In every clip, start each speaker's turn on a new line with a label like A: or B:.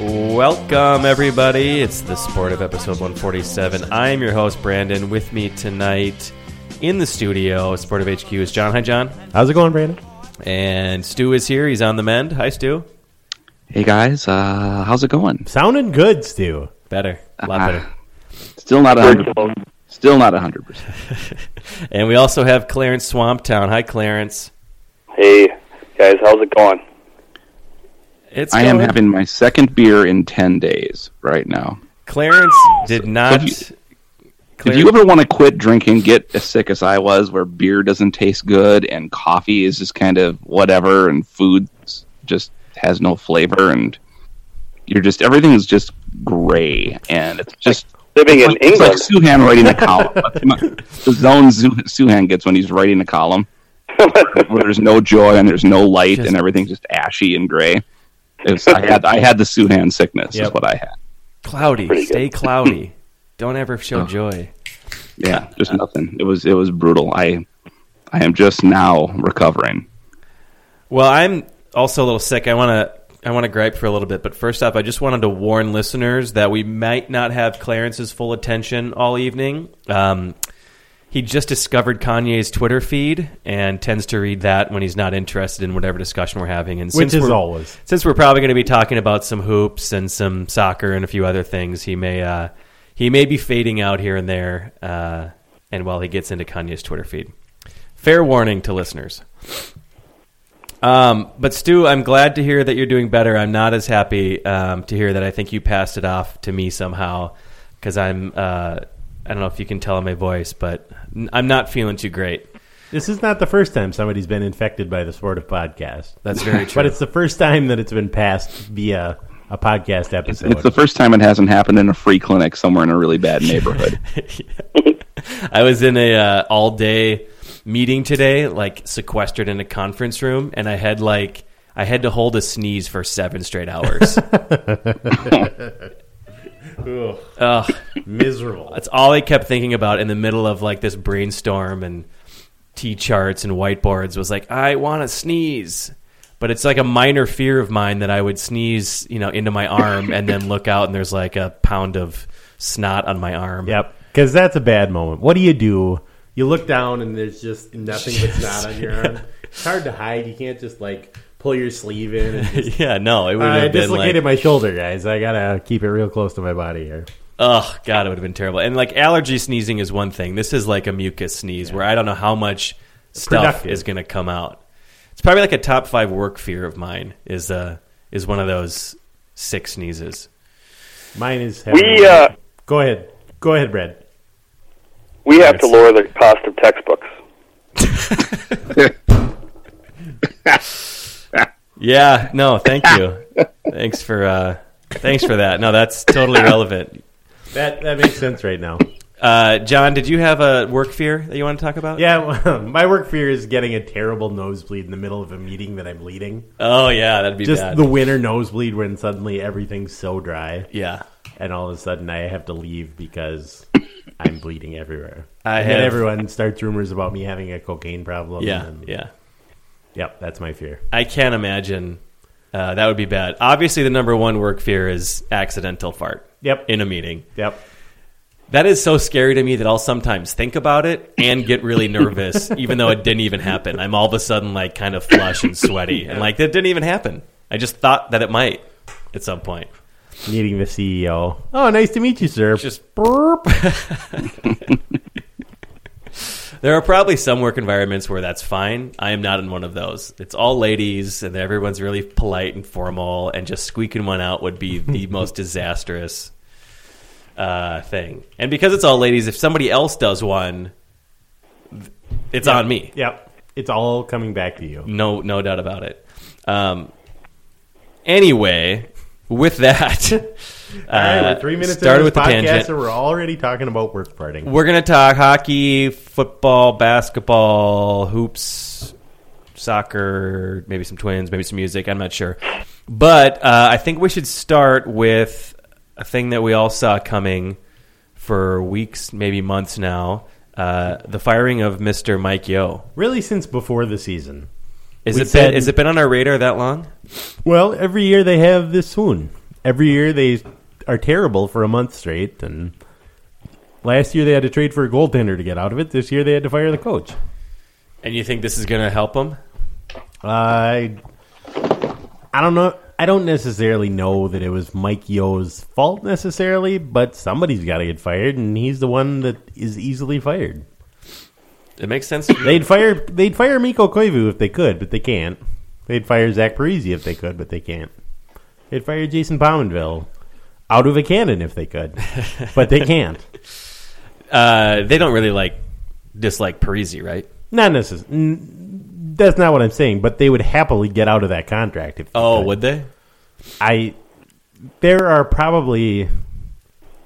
A: Welcome, everybody. It's the Sportive episode 147. I am your host, Brandon. With me tonight in the studio, Sportive HQ is John. Hi, John.
B: How's it going, Brandon?
A: And Stu is here. He's on the mend. Hi, Stu.
C: Hey guys, uh, how's it going?
B: Sounding good, Stu.
A: Better.
C: Ah.
A: A lot better.
C: Still not a hundred. Still not a hundred percent.
A: And we also have Clarence Swamptown. Hi, Clarence.
D: Hey guys, how's it going?
A: It's
C: I am
A: going-
C: having my second beer in ten days right now.
A: Clarence did not.
C: Did If you ever want to quit drinking, get as sick as I was, where beer doesn't taste good and coffee is just kind of whatever, and food just has no flavor, and you're just everything is just gray, and it's just
D: Living in
C: It's like
D: England.
C: Suhan writing a column. the zone Su- Suhan gets when he's writing a column, where there's no joy and there's no light
A: Just-
C: and everything's just ashy and gray. It was, I had I had the Suhan sickness is
A: Yep.
C: what I had.
A: cloudy.
D: Pretty good.
A: Stay cloudy. Don't ever show
C: Oh.
A: joy.
C: Yeah, just nothing. It was it was brutal. I I am just now recovering.
A: Well, I'm also a little sick. I want to I want to gripe for a little bit, but first off, I just wanted to warn listeners that we might not have Clarence's full attention all evening. Um, he just discovered Kanye's Twitter feed and tends to read that when he's not interested in whatever discussion we're having. And
B: Which
A: since
B: is
A: we're,
B: always.
A: since we're probably going to be talking about some hoops and some soccer and a few other things, he may uh, he may be fading out here and there, uh, and while he gets into Kanye's Twitter feed. Fair warning to listeners. Um, but Stu, I'm glad to hear that you're doing better. I'm not as happy um, to hear that. I think you passed it off to me somehow because I'm. Uh, I don't know if you can tell in my voice, but n- I'm not feeling too great.
B: This is not the first time somebody's been infected by the Sportive podcast.
A: That's very true.
B: But it's the first time that it's been passed via a podcast episode.
C: It's the first time it hasn't happened in a free clinic somewhere in a really bad neighborhood.
A: I was in a uh, all day meeting today, like sequestered in a conference room, and I had like I had to hold a sneeze for seven straight hours. Ugh,
B: Miserable.
A: that's all I kept thinking about in the middle of like this brainstorm and T charts and whiteboards was like, I want to sneeze. But it's like a minor fear of mine that I would sneeze, you know, into my arm and then look out and there's like a pound of snot on my arm.
B: Yep. Because that's a bad moment. What do you do? You look down and there's just nothing but snot on your arm. It's hard to hide. You can't just like pull your sleeve in. And just,
A: yeah, no, it would have
B: I
A: been like
B: dislocated my shoulder, guys. I gotta keep it real close to my body here.
A: Oh god, it would have been terrible. And like allergy sneezing is one thing. This is like a mucus sneeze where I don't know how much stuff
B: Productive.
A: is going to come out. It's probably like a top five work fear of mine. Is uh is one of those sick sneezes.
B: Mine is.
D: We uh,
B: Go ahead. Go ahead, Brad.
D: we have to lower the cost of textbooks.
A: Yeah, no, thank you. thanks for uh, thanks for that. No, that's totally relevant.
B: That that makes sense right now.
A: Uh, John, did you have a work fear that you want to talk about?
B: Yeah, my work fear is getting a terrible nosebleed in the middle of a meeting that I'm leading.
A: Oh yeah, that'd be
B: Just
A: bad.
B: the winter nosebleed when suddenly everything's so dry,
A: yeah.
B: and all of a sudden I have to leave because I'm bleeding everywhere.
A: I
B: and then
A: have-
B: everyone starts rumors about me having a cocaine problem.
A: Yeah.
B: and-
A: Yeah.
B: Yep, that's my fear.
A: I can't imagine Uh, that would be bad. Obviously, the number one work fear is accidental fart.
B: Yep.
A: In a meeting.
B: Yep.
A: That is so scary to me that I'll sometimes think about it and get really nervous, even though it didn't even happen. I'm all of a sudden like kind of flush and sweaty, and like that didn't even happen. I just thought that it might at some point.
B: Meeting the CEO. Oh, nice to meet you, sir.
A: Just
B: burp.
A: there are probably some work environments where that's fine. I am not in one of those. It's all ladies, and everyone's really polite and formal, and just squeaking one out would be the most disastrous uh, thing. And because it's all ladies, if somebody else does one, th- it's on me.
B: Yep. It's all coming back to you.
A: No, no doubt about it. Um, anyway, with that,
B: All right,
A: uh,
B: we're three minutes into
A: started with
B: this
A: the
B: podcast,
A: tangent.
B: and we're already talking about work parting.
A: We're gonna talk hockey, football, basketball, hoops, soccer, maybe some twins, maybe some music. I'm not sure, but uh, I think we should start with a thing that we all saw coming for weeks, maybe months now: uh, the firing of Mr. Mike Yo.
B: Really, since before the season.
A: Is
B: We
A: it
B: said-
A: been, is it been on our radar that long?
B: Well, every year they have this swoon. Every year they are terrible for a month straight, and last year they had to trade for a goaltender to get out of it. This year they had to fire the coach.
A: And you think this is gonna help him?
B: I, I don't know. I don't necessarily know that it was Mike Yo's fault necessarily, but somebody's got to get fired, and he's the one that is easily fired.
A: It makes sense. to me.
B: They'd fire they'd fire Miko Koivu if they could, but they can't. They'd fire Zach Parisi if they could, but they can't. They'd fire Jason Pominville out of a cannon if they could, but they can't.
A: uh, they don't really like dislike Parisi, right?
B: Not necessarily. That's not what I'm saying, but they would happily get out of that contract if. They
A: Oh,
B: could.
A: would they?
B: I? There are probably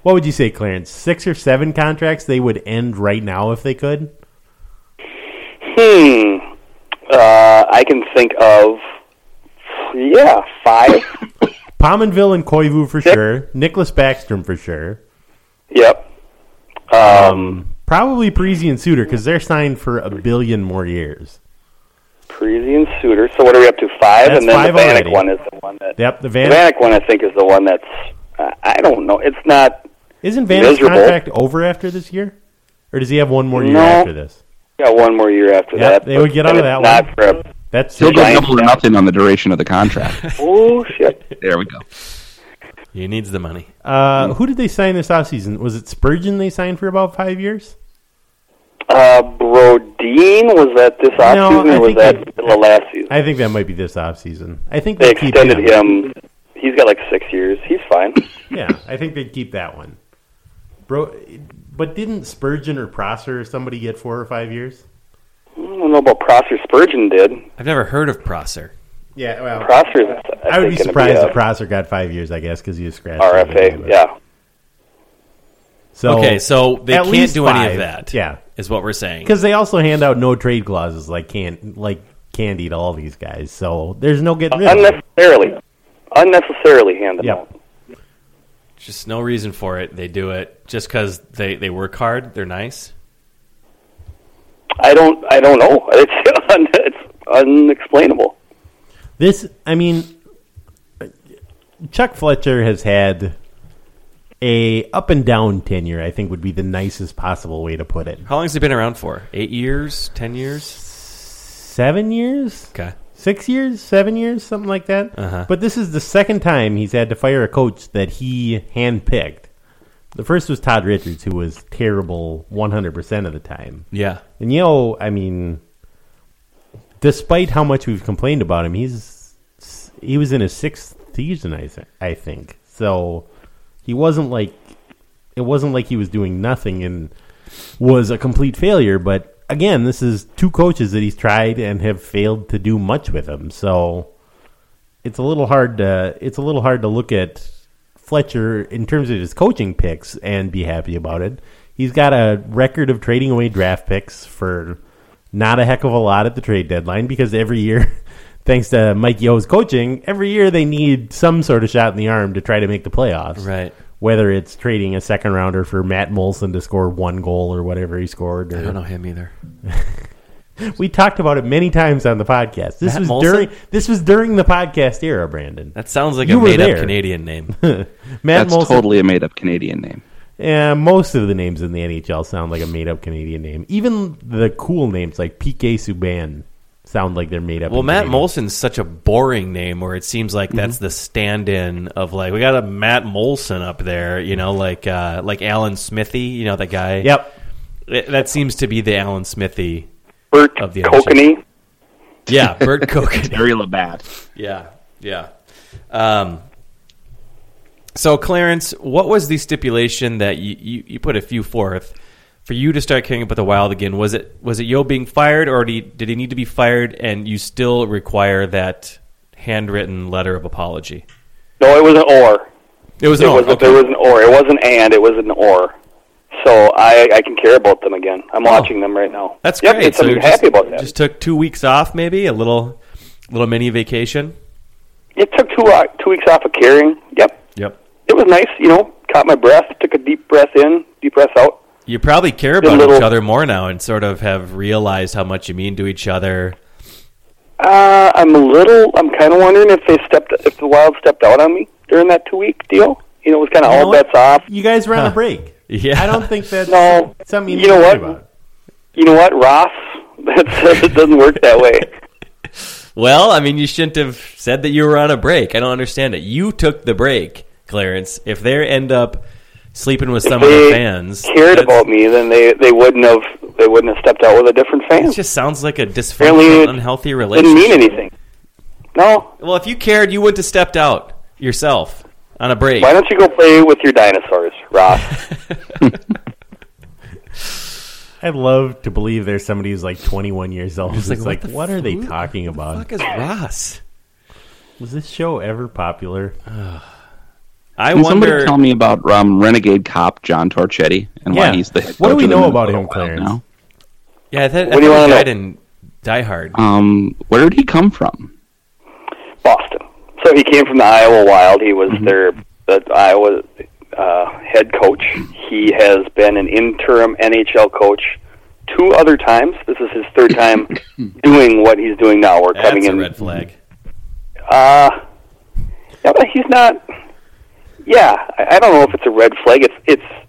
B: what would you say, Clarence? Six or seven contracts they would end right now if they could.
D: Hmm. Uh, I can think of, yeah, five.
B: Pominville and Koivu for sure. Nicholas Backstrom for sure.
D: yep. Um,
B: Probably Parisi and Suter because they're signed for a billion more years.
D: Parisi and Suter. So what are we up to? Five,
B: That's
D: and then
B: five
D: the Vanek
B: already.
D: one is the one that.
B: Yep, the
D: The
B: Van
D: Vanek one, I think, is the one that's. Uh, I don't know. It's not.
B: isn't Van's
D: miserable.
B: contract over after this year, or does he have one more year
D: No.
B: after this?
D: Got one more year after
B: Yeah,
D: that.
B: they would get
D: but
B: out of
D: it's
B: that
D: not For a,
B: That's
C: He'll go
D: Giants
C: double or nothing on the duration of the contract.
D: oh shit!
C: there we go.
A: He needs the money.
B: uh, who did they sign this offseason? Was it Spurgeon they signed for about five years?
D: Uh, Brodeen was that this offseason
B: I
D: or was
B: think
D: that
B: they-
D: the last season?
B: I think that might be this offseason. I think
D: they
B: they keep
D: extended him. He's got like six years. He's fine.
B: Yeah, I think they'd keep that one. Bro, but didn't Spurgeon or Prosser or somebody get four or five years?
D: I don't know about Prosser. Spurgeon did.
A: I've never heard of Prosser.
B: Yeah, well,
D: Prosser's. I,
B: I would be
D: think, gonna
B: surprised
D: a
B: if Prosser got five years, I guess, because he was scratched.
D: RFA. Yeah.
B: So,
A: okay, so they
B: at
A: can't
B: least
A: do any
B: five.
A: of that.
B: Yeah.
A: is what we're saying.
B: because they also hand out no trade clauses like can't like candy to all these guys. So there's no getting rid of them.
D: Unnecessarily. Unnecessarily handed
B: Yep.
D: out.
A: Just no reason for it. They do it just because they, they work hard. They're nice.
D: I don't. I don't know. It's un, it's unexplainable.
B: This, I mean, Chuck Fletcher has had a up and down tenure. I think would be the nicest possible way to put it.
A: How long has he been around for? Eight years? Ten years?
B: Seven years,
A: Okay.
B: six years, seven years, something like that.
A: Uh-huh.
B: But this is the second time he's had to fire a coach that he handpicked. The first was Todd Richards, who was terrible 100% of the time.
A: Yeah.
B: And Yo, I mean, despite how much we've complained about him, he's he was in his sixth season, I, th- I think. So he wasn't like it wasn't like he was doing nothing and was a complete failure. But again, this is two coaches that he's tried and have failed to do much with him. So it's a little hard to it's a little hard to look at Fletcher in terms of his coaching picks and be happy about it. He's got a record of trading away draft picks for not a heck of a lot at the trade deadline because every year, thanks to Mike Yo's coaching, every year they need some sort of shot in the arm to try to make the playoffs.
A: Right.
B: Whether it's trading a second rounder for Matt Molson to score one goal or whatever he scored,
A: I don't
B: or
A: know him either.
B: We talked about it many times on the podcast. This
A: Matt
B: was
A: Molson?
B: during this was during the podcast era, Brandon.
A: That sounds like
B: You
A: a
B: were
A: made-up
B: there.
A: Canadian name.
B: Matt
C: That's
B: Molson.
C: totally a made up Canadian name.
B: eh, most of the names in the NHL sound like a made up Canadian name. Even the cool names like PK Subban sound like they're made up.
A: Well,
B: in
A: Matt
B: Canadian. Mm-hmm.
A: Molson's such a boring name, where it seems like that's the stand-in of like we got a Matt Molson up there, you know, like uh, like Alan Smithy, you know that guy.
B: Yep.
A: It- that seems to be the Alan Smithy.
D: Bert
A: Of the
D: Kokanee.
A: Yeah, Bert Coken.
C: Terry Labatt.
A: Yeah, yeah. Um, so, Clarence, what was the stipulation that you, you, you put a few forth for you to start kicking up with the Wild again? Was it was it Yo being fired, or did he, did he need to be fired, and you still require that handwritten letter of apology?
D: No, it was an or.
A: It was an
D: There
A: or,
D: was a,
A: okay.
D: there was an or. It wasn't and. It was an or. So I I can care about them again. I'm watching them right now.
A: Oh. That's
D: yep,
A: great.
D: It's, I'm
A: you
D: happy
A: just,
D: about that.
A: Just took two weeks off, maybe a little little mini vacation.
D: it took two uh, two weeks off of carrying. Yep.
A: Yep.
D: It was nice. You know, caught my breath. Took a deep breath in, deep breath out.
A: You probably care
D: Did a
A: about each
D: little-
A: other more now, and sort of have realized how much you mean to each other.
D: Uh, I'm a little. I'm kind of wondering if they stepped, if the Wild stepped out on me during that two week deal. You know, it was kind of
B: You know
D: all
B: what?
D: bets off.
B: You guys were on a break.
A: Yeah.
B: I don't think that's
D: No.
B: something you,
D: You
B: need
D: know
B: to worry
D: what?
B: about.
D: You know what, Ross? That's, it doesn't work that way.
A: Well, I mean, you shouldn't have said that you were on a break. I don't understand it. You took the break, Clarence. If they end up sleeping with some of
D: they
A: their fans,
D: cared
A: that's-
D: about me, then they they wouldn't have they wouldn't have stepped out with a different fan.
A: It just sounds like a
D: Apparently
A: dysfunctional,
D: it
A: unhealthy
D: Didn't
A: relationship.
D: mean anything. No.
A: Well, if you cared, you wouldn't have stepped out yourself on a break.
D: Why don't you go play with your dinosaurs, Ross?
B: I'd love to believe there's somebody who's like 21 years old. It's like,
A: like,
B: what,
A: what the
B: are they
A: fu-
B: talking about?
A: Fuck is Ross?
B: Was this show ever popular?
A: I
C: Can
A: wonder.
C: somebody tell me about um, renegade cop John Torchetti and
B: Yeah.
C: why he's the head
B: What do
C: coach
B: we
C: of the
B: know about
C: Minnesota
B: him,
C: Wild
B: Clarence?
C: now?
A: yeah, I thought, I
D: What do you
A: thought he
D: wanna
A: died
D: know?
A: in Die Hard.
C: Um, where did he come from?
D: Boston. So he came from the Iowa Wild. He
A: Mm-hmm.
D: was their the Iowa uh, head coach. He has been an interim NHL coach two other times. This is his third time doing what he's doing now. We're coming
A: That's a
D: in.
A: red flag.
D: Uh, yeah, but he's not. Yeah, I, I don't know if it's a red flag. It's it's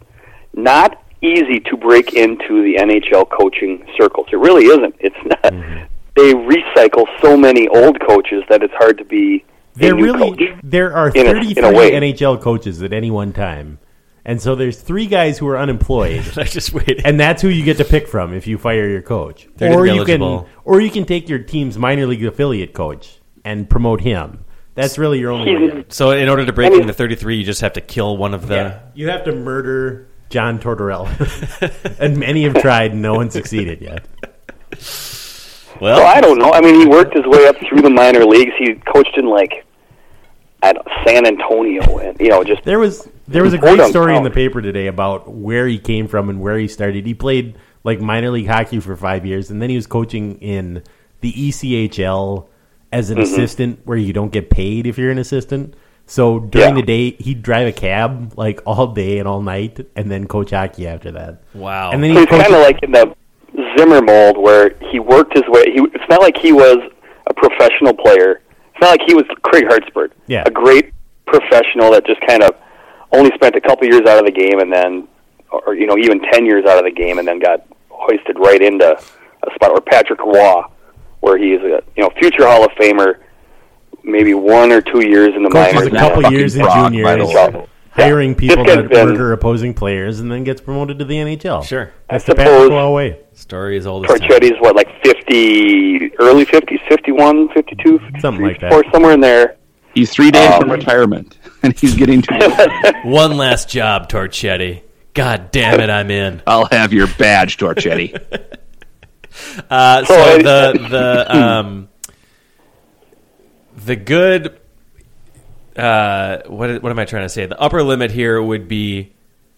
D: not easy to break into the NHL coaching circles. It really isn't. It's not.
B: Mm-hmm.
D: They recycle so many old coaches that it's hard to be
B: There
D: a new
B: really
D: coach.
B: there are
D: In a- in a
B: 33
D: way.
B: NHL coaches at any one time. And so there's three guys who are unemployed.
A: I just waited.
B: And that's who you get to pick from if you fire your coach.
A: They're
B: or
A: gonna be
B: you can
A: eligible.
B: or you can take your team's minor league affiliate coach and promote him. That's really your only way. out.
A: so, in order to break
D: I mean-
A: into 33, you just have to kill one of the.
B: You have to murder John Tortorella. and many have tried and no one succeeded yet.
A: Well,
D: Well, I don't know. I mean, he worked his way up through the minor leagues. He coached in like I don't, San Antonio, and you know, just
B: There was there was a
D: Hold
B: great
D: on,
B: story in
D: Colin.
B: the paper today about where he came from and where he started. He played like minor league hockey for five years, and then he was coaching in the E ECHL as an assistant, where you don't get paid if you're an assistant. So during
D: Yeah.
B: the day, he'd drive a cab like all day and all night, and then coach hockey after that.
A: Wow.
B: And then
D: So
B: he
D: he's kind of
B: coached.
D: like in the Zimmer mold where he worked his way. He, it's not like he was a professional player. It's not like he was Craig Hartsburg,
B: Yeah.
D: a great professional that just kind of only spent a couple years out of the game and then, or you know, even ten years out of the game and then got hoisted right into a spot. Or Patrick Roy, where he's a you know future Hall of Famer, maybe one or two years in the
B: Coaches
D: minors.
B: a
D: and
B: couple
D: then-
B: years in
C: rock,
B: juniors,
C: by the way.
B: hiring people
D: This
B: that
D: guy's been-
B: murder opposing players, and then gets promoted to the NHL.
A: Sure.
B: that's
D: I
B: the Patrick
D: suppose-
B: Roy way.
A: Story is old as time.
D: Torchetti's what, like 50, early 50s, 51, 52,
B: Something like that.
D: or somewhere in there.
C: He's three days
D: Um,
C: from retirement, and he's getting to.
A: One last job, Torchetti. God damn it, I'm in.
C: I'll have your badge, Torchetti.
A: Uh, so
D: I-
A: the the um the good uh what what am I trying to say? The upper limit here would be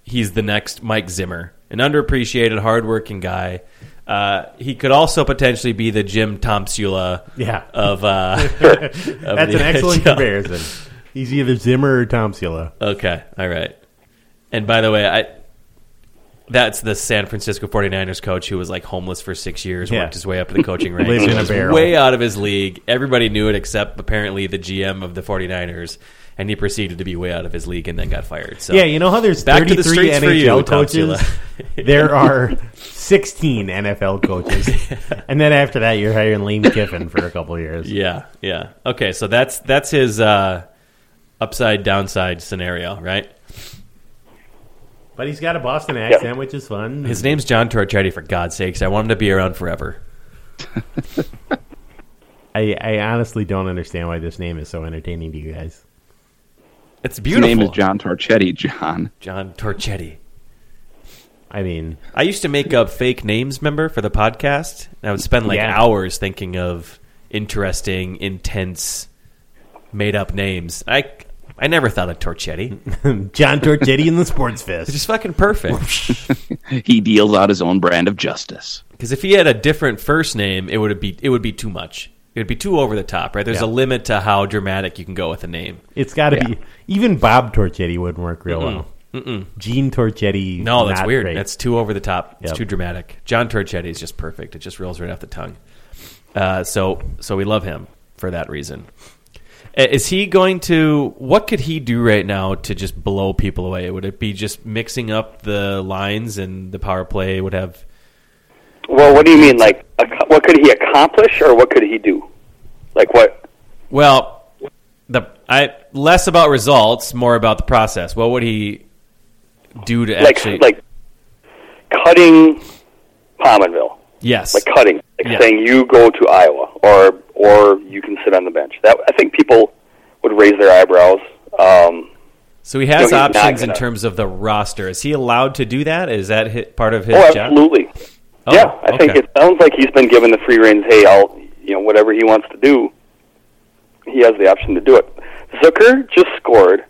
A: he's the next Mike Zimmer, an underappreciated, hardworking guy. Uh, he could also potentially be the Jim Tomsula
B: Yeah.
A: of uh of
B: That's
A: the
B: an excellent
A: NHL.
B: comparison. He's either Zimmer or Tom Sula.
A: Okay, all right. And by the way, I that's the San Francisco 49ers coach who was like homeless for six years,
B: Yeah.
A: worked his way up to the coaching ranks,
B: Lived in a
A: was
B: barrel.
A: way out of his league. Everybody knew it except apparently the GM of the 49ers, and he proceeded to be way out of his league and then got fired. So
B: Yeah, you know how there's
A: Back to the
B: 33
A: streets for
B: NHL
A: you, Tom
B: coaches? there are 16 NFL coaches. And then after that, you're hiring Lane Kiffin for a couple of years.
A: yeah, yeah. Okay, so that's that's his uh, upside downside scenario, right?
B: But he's got a Boston accent, which is fun.
A: His name's John Torchetti. For God's sakes, I want him to be around forever.
B: I, I honestly don't understand why this name is so entertaining to you guys.
A: It's
C: His
A: beautiful.
C: name is John Torchetti. John.
A: John Torchetti.
B: I mean,
A: I used to make up fake names, member, for the podcast. And I would spend like
B: Yeah.
A: hours thinking of interesting, intense, made up names. I I never thought of Torchetti.
B: John Torchetti in the Sports
A: It's
B: Fest.
A: just fucking perfect.
C: He deals out his own brand of justice.
A: Because if he had a different first name, it would be it would be too much. It would be too over the top, right? There's
B: Yeah.
A: a limit to how dramatic you can go with a name.
B: It's got to be. Even Bob Torchetti wouldn't work real well. Gene Torchetti.
A: No, that's
B: not
A: weird.
B: great.
A: That's too over the top. It's
B: Yep.
A: too dramatic. John Turchetti is just perfect. It just rolls right off the tongue. Uh, so, so we love him for that reason. Uh, Is he going to? What could he do right now to just blow people away? Would it be just mixing up the lines and the power play would have?
D: Well, what do you mean? Like, ac- what could he accomplish, or what could he do? Like, what?
A: Well, the I less about results, more about the process. What would he do to
D: Like,
A: actually?
D: like cutting Pominville,
A: yes,
D: like cutting, like
A: Yeah.
D: saying you go to Iowa, or or you can sit on the bench. That I think people would raise their eyebrows. Um,
A: So he has
D: No, he's not
A: options in
D: gonna-
A: terms of the roster. Is he allowed to do that? Is that hi part of his
D: oh,
A: job?
D: absolutely.
A: Oh,
D: yeah, I think
A: okay.
D: it sounds like he's been given the free reins. Hey, I'll you know whatever he wants to do, he has the option to do it. Zucker just scored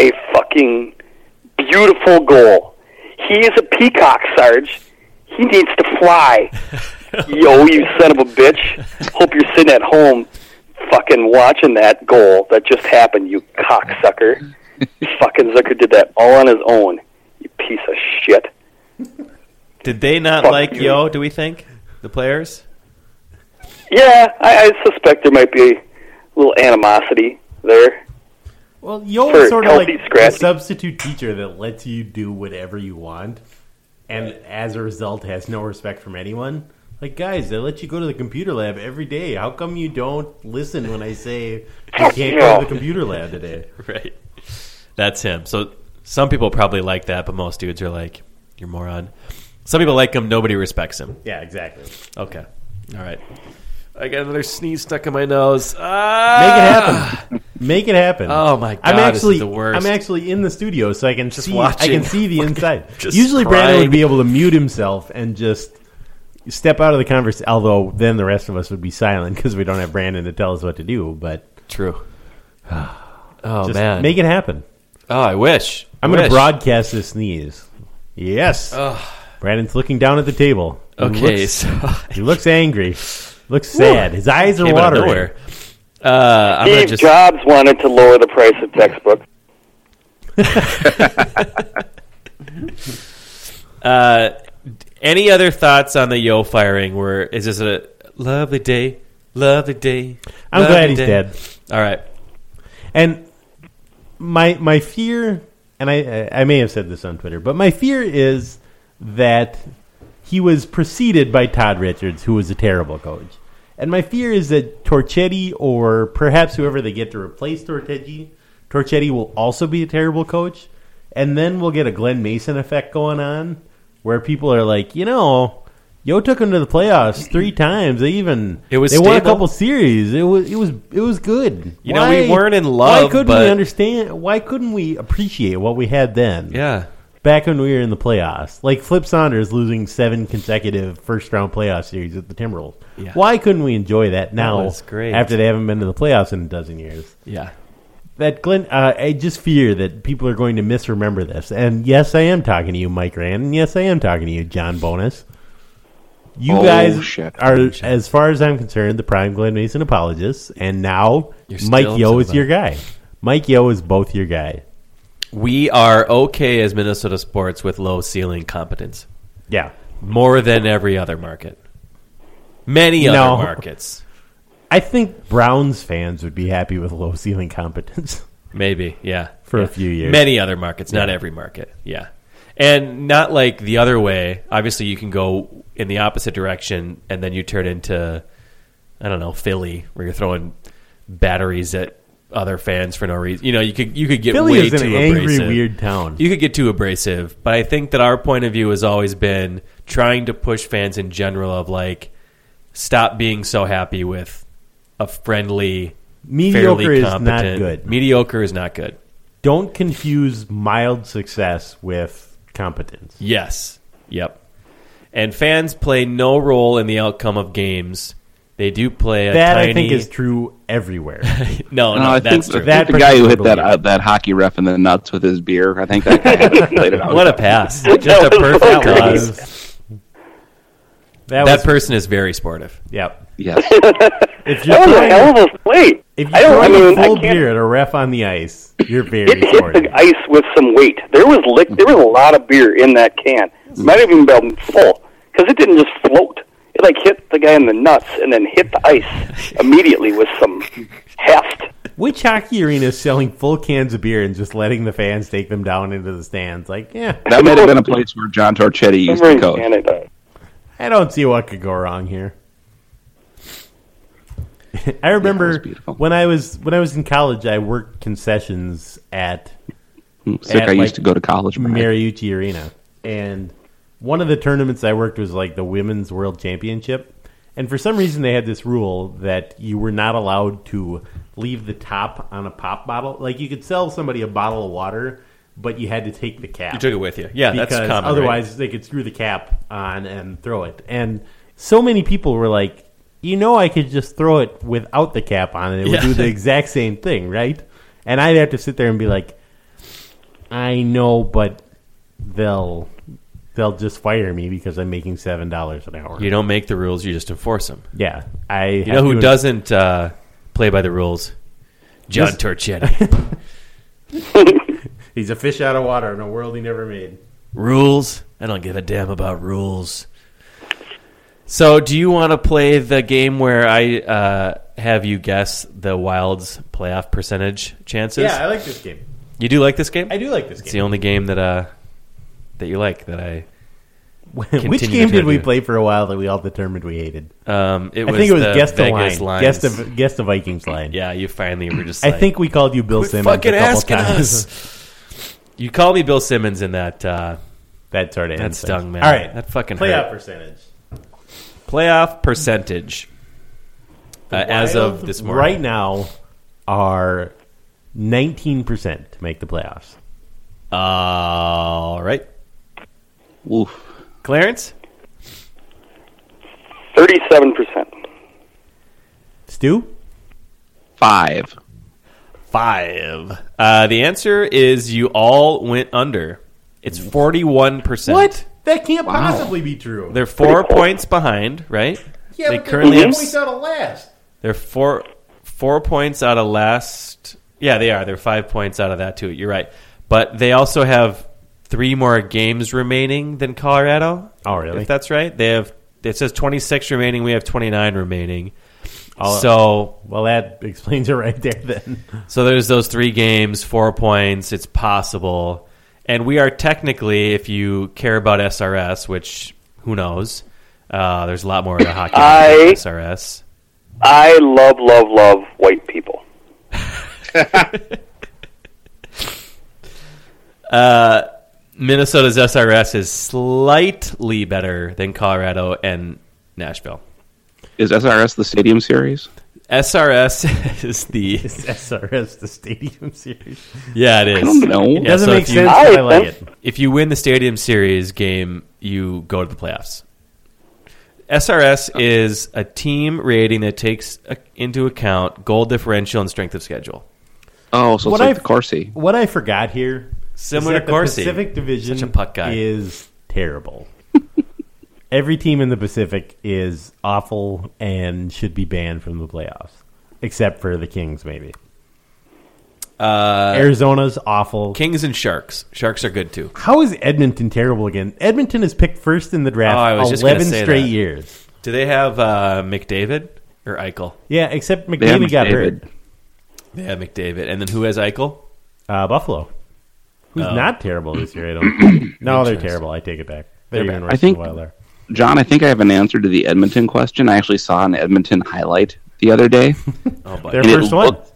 D: a fucking beautiful goal. He is a peacock, Sarge. He needs to fly. Yo, you son of a bitch! Hope you're sitting at home, fucking watching that goal that just happened. You cocksucker! fucking Zucker did that all on his own. You piece of shit.
A: Did they not
D: Fuck
A: like
D: you.
A: Yo? Do we think the players?
D: Yeah, I, I suspect there might be a little animosity there.
B: Well, Yo
D: For
B: is sort of like
D: healthy scratch.
B: a substitute teacher that lets you do whatever you want, and as a result has no respect from anyone. Like, guys, they let you go to the computer lab every day. How come you don't listen when I say you can't go to the computer lab today?
A: Right. That's him. So some people probably like that, but most dudes are like, "You're moron." Some people like him. Nobody respects him.
B: Yeah, exactly.
A: Okay. All right. I got another sneeze stuck in my nose.
B: Make it
A: Ah!
B: happen. Make it happen.
A: Oh my
B: I'm
A: God, this is
B: actually
A: the worst.
B: I'm actually in the studio, so I can see I
A: watching.
B: can see the inside.
A: Just
B: Usually, Brandon
A: crying.
B: would be able to mute himself and just step out of the conversation. Although then the rest of us would be silent because we don't have Brandon to tell us what to do. But
A: True. Oh
B: just
A: man.
B: make it happen.
A: oh, I wish.
B: I'm going to
A: Wish.
B: broadcast this sneeze. Yes. Brandon's looking down at the table. He
A: Okay.
B: looks-
A: so
B: he looks angry. Looks sad. His eyes are
A: came out of
B: watering.
A: nowhere. Uh, I'm gonna
D: Steve
A: just
D: Jobs wanted to lower the price of textbooks.
A: Uh, any other thoughts on the yo firing? Where is this a lovely day? Lovely day.
B: I'm
A: lovely
B: glad he's
A: day.
B: dead.
A: All right.
B: And my my fear, and I I may have said this on Twitter, but my fear is that he was preceded by Todd Richards, who was a terrible coach. And my fear is that Torchetti, or perhaps whoever they get to replace Torchetti, Torchetti will also be a terrible coach, and then we'll get a Glenn Mason effect going on, where people are like, you know. Yo took him to the playoffs three times. They even
A: It was
B: they won a
A: stable.
B: couple series. It was it was it was good.
A: You know, we weren't in love,
B: Why couldn't
A: but-
B: we understand? Why couldn't we appreciate what we had then?
A: Yeah.
B: Back when we were in the playoffs, like Flip Saunders losing seven consecutive first-round playoff series at the Timberwolves.
A: Yeah.
B: Why couldn't we enjoy that now?
A: was great.
B: After they haven't been to the playoffs in a dozen years.
A: Yeah.
B: That Glenn, uh, I just fear that people are going to misremember this. And yes, I am talking to you, Mike Rand. And yes, I am talking to you, John Bonus. You
C: Oh,
B: guys
C: shit.
B: are, as far as I'm concerned, the prime Glenn Mason apologists. And now
A: You're
B: Mike
A: still
B: Yo
A: upset
B: is
A: about
B: your guy. Mike Yo is both your guy.
A: We are okay as Minnesota sports with low ceiling competence,
B: Yeah.
A: more than every other market, many other
B: No.
A: markets,
B: I think Browns fans would be happy with low ceiling competence
A: maybe. Yeah,
B: for a few years.
A: Many other markets, not every market. Yeah. And not like the other way. Obviously, you can go in the opposite direction and then you turn into, I don't know, Philly, where you're throwing batteries at other fans for no reason. You know, you could you could get
B: Philly
A: way
B: is an
A: too
B: angry,
A: abrasive.
B: weird town.
A: You could get too abrasive, but I think that our point of view has always been trying to push fans in general of like stop being so happy with a friendly,
B: Mediocre
A: fairly
B: is not
A: competent.
B: good.
A: Mediocre is not good.
B: Don't confuse mild success with competence.
A: Yes. Yep. And fans play no role in the outcome of games. They do play a
B: That
A: tiny.
B: I think is true everywhere. Oh,
A: no, no,
C: No, I think
A: that's
C: the,
A: true.
B: That
C: the guy who hit
B: particular
C: that uh, that hockey ref in the nuts with his beer. I think that guy played it out.
A: what a pass! Just a perfect
B: that
A: pass.
B: was. That,
A: That,
B: was.
A: person is very sportive.
B: yep.
C: Yes.
B: If you're
D: That was a
B: throwing,
D: hell of a play.
B: if you're
D: I don't. I
B: throwing
D: mean,
B: a full
D: I can't.
B: beer at a ref on the ice, you're very
D: It hit
B: sporty.
D: the ice with some weight. There was lick. There was a lot of beer in that can. It might have even been full because it didn't just float. It like hit the guy in the nuts and then hit the ice immediately with some heft.
B: Which hockey arena is selling full cans of beer and just letting the fans take them down into the stands? Like, yeah,
C: That might have been a place where John Torchetti used
D: Somewhere
C: to
D: in
C: coach.
D: Canada.
B: I don't see what could go wrong here. I remember
C: beautiful.
B: when I was when I was in college, I worked concessions at
C: Hmm, Sick,
B: At,
C: I
B: like,
C: used to go to college. Brian.
B: Mariucci Arena, and one of the tournaments I worked was like the Women's World Championship, and for some reason they had this rule that you were not allowed to leave the top on a pop bottle. Like you could sell somebody a bottle of water, but you had to take the cap
A: You took it with you. Yeah,
B: because
A: that's common. right?
B: otherwise they could screw the cap on and throw it. And so many people were like, you know, I could just throw it without the cap on, and it would
A: Yeah.
B: do the exact same thing, right? And I'd have to sit there and be like, I know, but they'll they'll just fire me because I'm making seven dollars an hour.
A: you don't make the rules; you just enforce them.
B: yeah, I
A: You know who doesn't uh, play by the rules? John
B: Just-
A: Torchetti.
B: He's a fish out of water in a world he never made.
A: rules? I don't give a damn about rules. So, do you want to play the game where I uh, have you guess the Wild's playoff percentage chances?
B: Yeah, I like this game.
A: you do like this game.
B: I do like this
A: It's
B: game.
A: the only game that uh that you like that I.
B: Which
A: Continue
B: game
A: to
B: did we
A: do.
B: play for a while that we all determined we hated?
A: Um, it
B: I
A: was
B: think it was
A: the
B: guess the line,
A: Vegas Lions.
B: guess the guess the Vikings line.
A: yeah, you finally were just.
B: I
A: like,
B: think we called you Bill
A: "Quit
B: Simmons
A: fucking
B: a couple
A: asking
B: times.
A: us. You called me Bill Simmons in that. Uh,
B: That sort of
A: That
B: ends
A: stung,
B: things.
A: man.
B: All right,
A: That fucking
B: playoff
A: hurt.
B: percentage
A: playoff percentage uh, as
B: Wild
A: of this morning.
B: right now are nineteen percent to make the playoffs.
A: All right,
C: Oof.
A: Clarence.
D: Thirty-seven percent.
B: Stu,
C: Five.
A: Five. Uh, the answer is you all went under. It's forty-one percent.
B: That can't possibly be true.
A: They're four points behind, right?
B: yeah,
A: they
B: but
A: currently
B: they're
A: have
B: points out of last.
A: They're four four points out of last. Yeah, they are. They're five points out of that too. You're right, but they also have three more games remaining than Colorado.
B: Oh, really?
A: If that's right, they have. It says 26 remaining. We have 29 remaining. so
B: Well, that explains it right there. Then
A: so there's those three games, four points. It's possible, and we are technically, if you care about SRS, which who knows, uh, there's a lot more to hockey
D: I-
A: than SRS.
D: I love, love, love white people.
A: Minnesota's SRS is slightly better than Colorado and Nashville.
C: Is SRS the Stadium Series?
A: SRS is the
B: it's SRS the Stadium Series.
A: yeah, it is.
C: I don't know.
A: Yeah,
B: Doesn't
A: so
B: make
A: if you-
B: sense.
D: I
B: but I like
D: think-
B: it.
A: If you win the Stadium Series game, you go to the playoffs. SRS is a team rating that takes uh, into account goal differential and strength of schedule.
C: Oh, so
B: What
C: it's like
B: I've-
C: the Corsi.
B: What I forgot here,
A: Similar
B: is
A: to
B: that the
A: Corsi.
B: Pacific Division
A: Such a puck guy.
B: is terrible. Every team in the Pacific is awful and should be banned from the playoffs, except for the Kings, maybe.
A: Uh,
B: Arizona's awful.
A: Kings and Sharks. Sharks are good too.
B: How is Edmonton terrible again? Edmonton is picked first in the draft
A: Oh, I was just gonna
B: eleven
A: say
B: straight
A: that.
B: years.
A: Do they have uh, McDavid or Eichel?
B: Yeah, except
C: They have
B: McDavid got
C: McDavid.
B: hurt.
A: They have McDavid, and then who has Eichel? Uh,
B: Uh, Buffalo, who's
A: Oh.
B: not terrible this year. I don't. think. no, they're terrible. I take it back. They're, even worse
C: I think-
B: than Wilder.
C: John, I think I have an answer to the Edmonton question. I actually saw an Edmonton highlight the other day,
A: Oh, but
B: Their
C: And it
B: first one.
C: looked-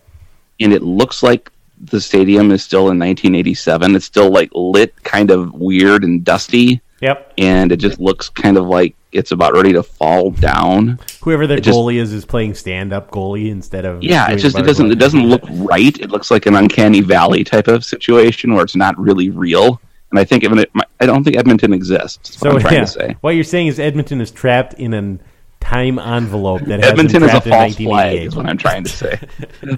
C: and it looks like the stadium is still in 1987. It's still like lit, kind of weird and dusty,
B: Yep.
C: and it just looks kind of like it's about ready to fall down.
B: Whoever their
C: It just-
B: goalie is is playing stand up goalie instead of
C: Yeah,
B: doing
C: it's just it
B: butterfly.
C: doesn't it doesn't look right. It looks like an uncanny valley type of situation where it's not really real. And I think even it, I don't think Edmonton exists. Is what
B: So
C: I'm trying
B: yeah,
C: to say.
B: what you're saying is Edmonton is trapped in an time envelope that has
C: Edmonton is
B: been
C: a
B: trapped
C: false
B: in
C: flag,
B: 1988.
C: is what I'm trying to say.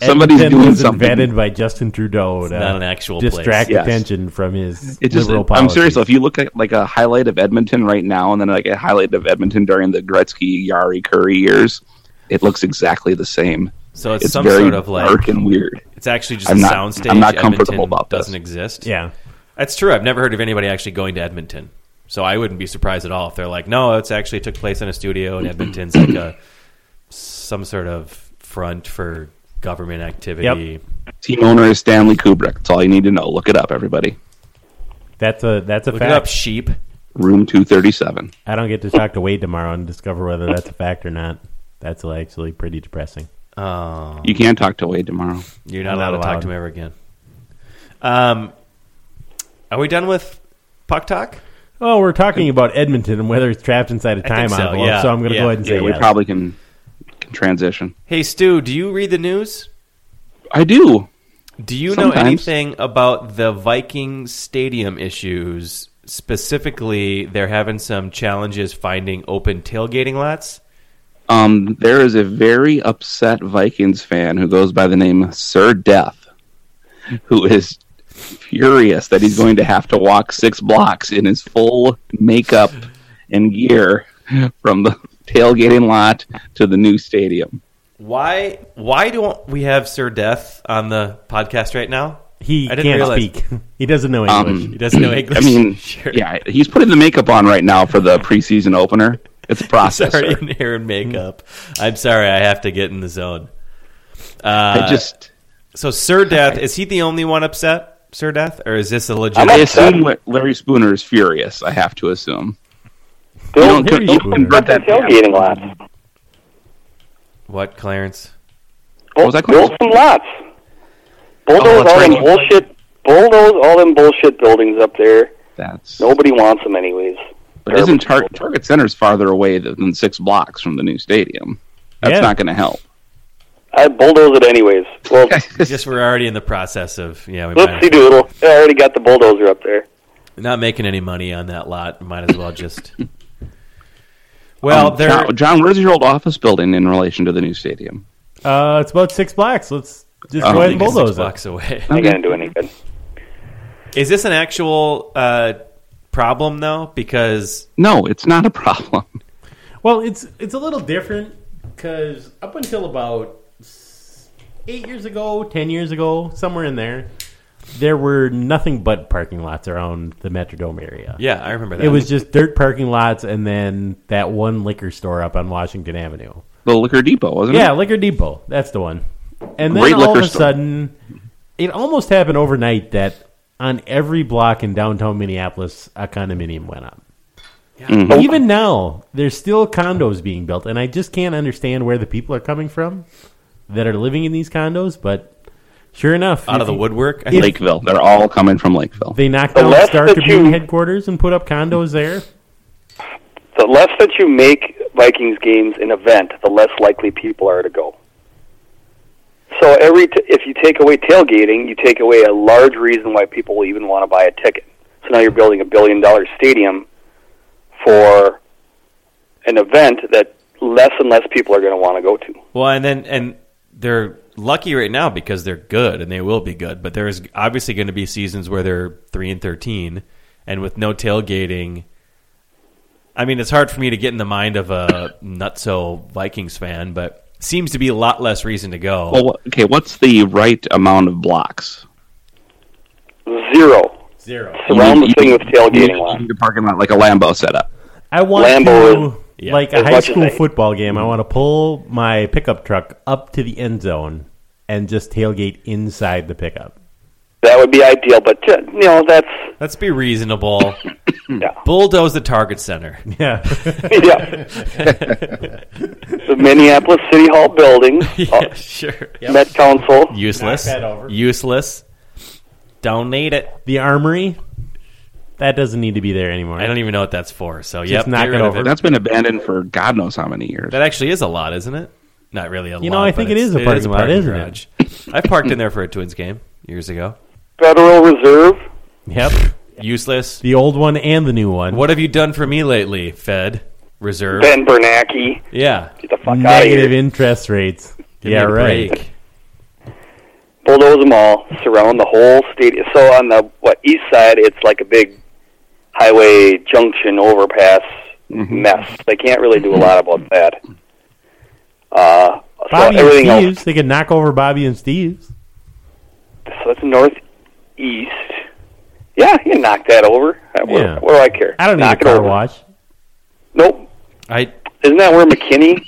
C: Somebody's
B: Edmonton
C: doing
B: was
C: something.
B: invented by Justin Trudeau to
A: not an actual place.
B: distract
C: Yes.
B: attention from his
C: It just,
B: liberal
C: I'm
B: policies.
C: serious. though, If you look at like a highlight of Edmonton right now, and then like a highlight of Edmonton during the Gretzky, Yari, Curry years, it looks exactly the same.
A: so it's,
C: It's
A: some
C: very
A: sort of like
C: dark and weird.
A: it's actually just
C: I'm
A: a
C: not-
A: soundstage.
C: I'm not comfortable
A: Edmonton
C: about this.
A: Doesn't exist.
B: yeah,
A: that's true. I've never heard of anybody actually going to Edmonton, so I wouldn't be surprised at all if they're like, no, it's actually took place in a studio in Edmonton's like a some sort of front for government activity.
C: Team owner is Stanley Kubrick. That's all you need to know. Look it up, everybody.
B: that's a that's a
A: Look it up,
B: fact.
A: sheep.
C: Room 237.
B: I don't get to talk to Wade tomorrow and discover whether that's a fact or not. That's actually pretty depressing.
A: Oh,
C: You can talk to Wade tomorrow.
A: you're not
B: I'm not
A: allowed, to talk
B: allowed.
A: to him ever again. Um, are we done with puck talk?
B: Oh, we're talking about Edmonton and whether it's trapped inside a
A: I
B: time
A: think so,
B: envelope.
A: yeah.
B: So I'm going to
A: Yeah.
B: go ahead and
C: Yeah,
B: say
C: we
B: yes.
C: probably can, can transition.
A: Hey, Stu, do you read the news?
C: I do.
A: Do you know
C: Sometimes.
A: anything about the Viking stadium issues? Specifically, they're having some challenges finding open tailgating lots.
C: Um, there is a very upset Vikings fan who goes by the name Sir Death, who is furious that he's going to have to walk six blocks in his full makeup and gear from the tailgating lot to the new stadium.
A: Why? Why don't we have Sir Death on the podcast right now?
B: He
A: I didn't
B: can't
A: realize-
B: speak. He doesn't know
C: Um,
B: English.
A: He doesn't know English.
C: Hmm. I mean,
A: Sure.
C: yeah, he's putting the makeup on right now for the preseason opener. It's a process.
A: sorry,
C: sir.
A: in hair and makeup. I'm sorry, I have to get in the zone. Uh,
C: I just,
A: so Sir Death is he the only one upset? Sir Death, or is this a legit?
C: I assume Larry Spooner is furious. I have to assume.
D: Don't,
B: hear you,
D: don't
B: Spooner.
D: convert that tailgating lots.
A: what, Clarence?
C: What was that
D: Build
C: called?
D: some lots. Bulldoze
C: Oh, that's
D: all them
C: right.
D: bullshit. Bulldoze all them bullshit buildings up there.
C: That's
D: Nobody wants them anyways.
C: But isn't Tar- Target Center's farther away than than six blocks from the new stadium? That's
B: Yeah.
C: not going to help.
D: I bulldoze it anyways. Well,
A: Just we're already in the process of yeah. We might
D: let's see, Doodle. I already got the bulldozer up there.
A: not making any money on that lot. Might as well just. Well,
C: Um,
A: there.
C: John, John, where's your old office building in relation to the new stadium?
B: Uh, it's about six blocks. Let's just
C: I
B: go
C: don't
B: ahead and
C: think
A: Six
B: bulldoze it.
A: blocks away.
D: Ain't gonna do any good.
A: Is this an actual uh, problem though? Because
C: No, it's not a problem.
B: Well, it's it's a little different because up until about s- eight years ago, ten years ago, somewhere in there, there were nothing but parking lots around the Metrodome area.
A: yeah, I remember that.
B: It was just dirt parking lots, and then that one liquor store up on Washington Avenue.
C: The Liquor Depot, wasn't
B: Yeah,
C: it?
B: Liquor Depot. That's the one. And then
C: Great
B: all of
C: liquor
B: a
C: store.
B: sudden, it almost happened overnight that on every block in downtown Minneapolis, a condominium went up. Even now, there's still condos being built, and I just can't understand where the people are coming from that are living in these condos. But sure enough,
A: out of the
B: if you-
A: woodwork. I
B: If-
A: think.
C: Lakeville. They're all coming from Lakeville.
B: They knocked
D: The
B: down
D: less
B: Star
D: that
B: Tribune
D: you-
B: headquarters and put up condos there.
D: The less that you make Vikings games an event, the less likely people are to go. So every t- if you take away tailgating, you take away a large reason why people will even want to buy a ticket. So now you're building a billion dollar stadium for an event that less and less people are going to want to go to.
A: Well, and then and they're lucky right now because they're good and they will be good. But there's obviously going to be seasons where they're three and thirteen, and with no tailgating. I mean, it's hard for me to get in the mind of a nutso Vikings fan, but seems to be a lot less reason to go.
C: Well, wh- okay, what's the right amount of blocks?
D: Zero.
A: Zero.
C: You
D: Surround the
C: need-
D: thing with
C: you
D: tailgating
C: need- you
D: line.
C: need a parking lot like a Lambo setup.
B: I want
D: Lambo
B: to,
A: Yeah.
B: like
D: as
B: a high
D: much as
B: school
D: they-
B: football game, I want to pull my pickup truck up to the end zone and just tailgate inside the pickup.
D: That would be ideal, but ju- you know that's
A: Let's be reasonable.
D: Yeah.
A: Bulldoze the target center.
B: Yeah.
D: yeah. the Minneapolis City Hall building,
A: yeah, sure.
D: uh, Met Council.
A: Useless.
B: Knock that over.
A: Useless. Don't need it.
B: the armory, that doesn't need to be there anymore.
A: I don't e- even know what that's for. So yep,
B: knock
A: get
B: it
A: rid of
B: over.
C: That's been abandoned for God knows how many years.
A: That actually is a lot, isn't it? Not really a lot.
B: You know, I
A: but
B: think it
A: it's-
B: is a parking lot, isn't it?
A: it? I parked in there for a Twins game years ago.
D: Federal Reserve.
B: Yep.
A: Useless.
B: The old one and the new one.
A: What have you done for me lately, Fed Reserve?
D: Ben Bernanke.
A: Yeah,
D: Get the fuck out of
B: Negative
D: here.
B: interest rates.
A: Give me
B: yeah,
A: a
B: right.
A: break.
D: Bulldoze them all. Surround the whole state. So on the what east side, it's like a big highway junction overpass
B: Mm-hmm.
D: mess. They can't really do a lot about that. Uh,
B: Bobby
D: so
B: and
D: everything else.
B: Steve's. They could knock over Bobby and Steve's.
D: So that's northeast. Yeah, you can knock that over. Uh, What,
B: Yeah.
D: what do I care?
B: I don't need
D: knock
B: a
D: it
B: car
D: over.
B: wash.
D: Nope.
A: I
D: Isn't that where McKinney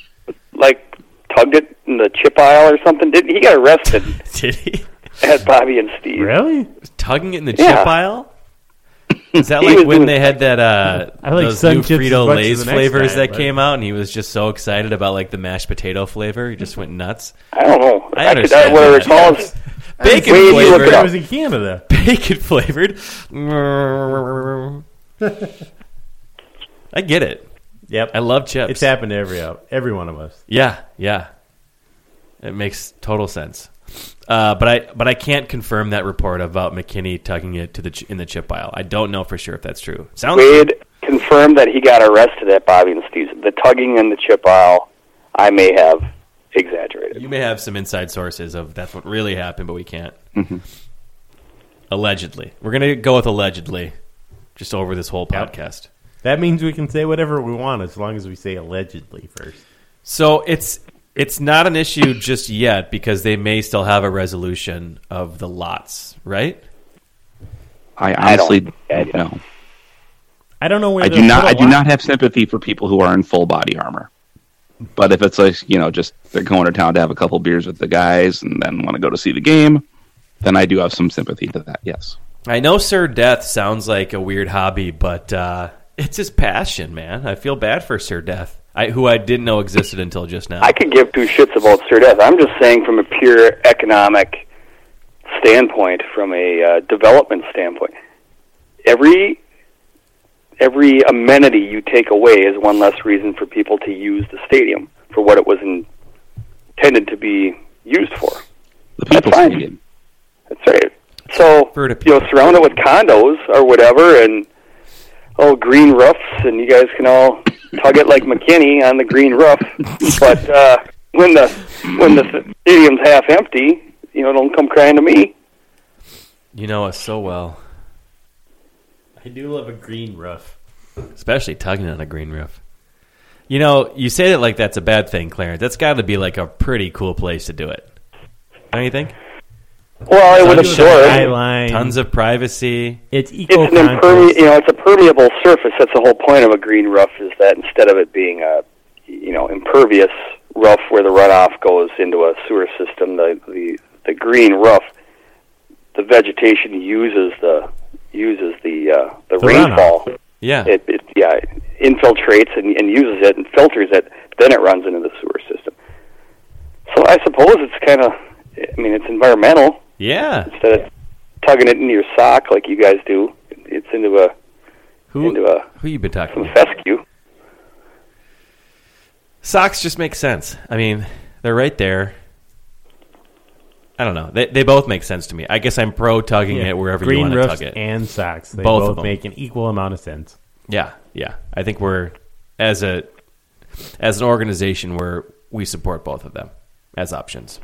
D: like tugged it in the chip aisle or something? Didn't he got arrested
A: did he
D: at Bobby and Steve?
B: Really?
A: tugging it in the
D: Yeah.
A: chip aisle. Is that
D: He
A: like
D: was
A: when
D: doing-
A: they had that uh,
B: I like
A: those
B: Sun
A: new
B: Chips as
A: Frito
B: much as
A: Lay's
B: the next
A: flavors
B: guy,
A: that
B: but-
A: came out, and he was just so excited about like the mashed potato flavor. He just went nuts.
D: I don't know.
A: I
D: could
A: understand
D: die whatever
A: that.
D: it calls.
A: Bacon
D: Wait, you look
A: flavored.
D: it
B: I
D: up.
B: was in Canada.
A: bacon flavored. I get it.
B: Yep.
A: I love chips.
B: It's happened to every every one of us.
A: yeah, yeah. It makes total sense. Uh, but I but I can't confirm that report about McKinney tucking it to the ch- in the chip aisle. I don't know for sure if that's true. Sounds
D: Wade confirmed that he got arrested at Bobby and Steve's. The tugging in the chip aisle, I may have exaggerated.
A: you may have some inside sources of that's what really happened, but we can't. Allegedly, we're gonna go with allegedly, just over this whole podcast.
B: That means we can say whatever we want as long as we say allegedly first.
A: So it's it's not an issue just yet because they may still have a resolution of the lots, right?
C: I
D: I don't-
C: honestly
D: I
C: don't,
D: don't.
C: know.
B: I don't know where
C: I
B: the
C: do not.
B: photo
C: I do
B: op-
C: not have sympathy for people who are in full body armor. But if it's like you know, just they're going to town to have a couple beers with the guys and then want to go to see the game, then I do have some sympathy to that. Yes,
A: I know Sir Death sounds like a weird hobby, but uh, it's his passion, man. I feel bad for Sir Death, I, who I didn't know existed until just now.
D: I could give two shits about Sir Death. I'm just saying from a pure economic standpoint, from a uh, development standpoint, every every amenity you take away is one less reason for people to use the stadium for what it was intended to be used for.
C: the people's
D: fine.
C: stadium.
D: That's right. So
A: Heard of
D: you know,
A: people.
D: surround it with condos or whatever, and oh, green roofs, and you guys can all tug it like McKinney on the green roof. but uh, when the when the stadium's half empty, you know, don't come crying to me.
A: you know us so well,
B: I do love a green roof.
A: especially tugging on a green roof. You know, you say that like that's a bad thing, Clarence. That's got to be like a pretty cool place to do it. Don't you think?
D: Well, it would
A: Tons of
D: absorb.
B: Skyline.
A: Tons of privacy.
B: It's eco
D: It's an imperme- you know, it's a permeable surface. That's the whole point of a green roof is that instead of it being a you know impervious roof where the runoff goes into a sewer system, the the the green roof, the vegetation uses the uses the uh, the,
B: The
D: rainfall.
A: Yeah.
D: It, it yeah it infiltrates and, and uses it and filters it. Then it runs into the sewer system. So I suppose it's kind of I mean it's environmental
A: yeah.
D: instead of tugging it into your sock like you guys do. It's into a into
A: Who
D: a
A: who you been talking
D: some
A: to?
D: fescue.
A: Socks just make sense. I mean, they're right there. I don't know. They, they both make sense to me. I guess I'm pro tugging it wherever
B: green
A: you want to
B: roofs
A: tug it.
B: and socks. They
A: Both of
B: both,
A: them.
B: make an equal amount of sense.
A: yeah, yeah. I think we're as a as an organization where we support both of them as options.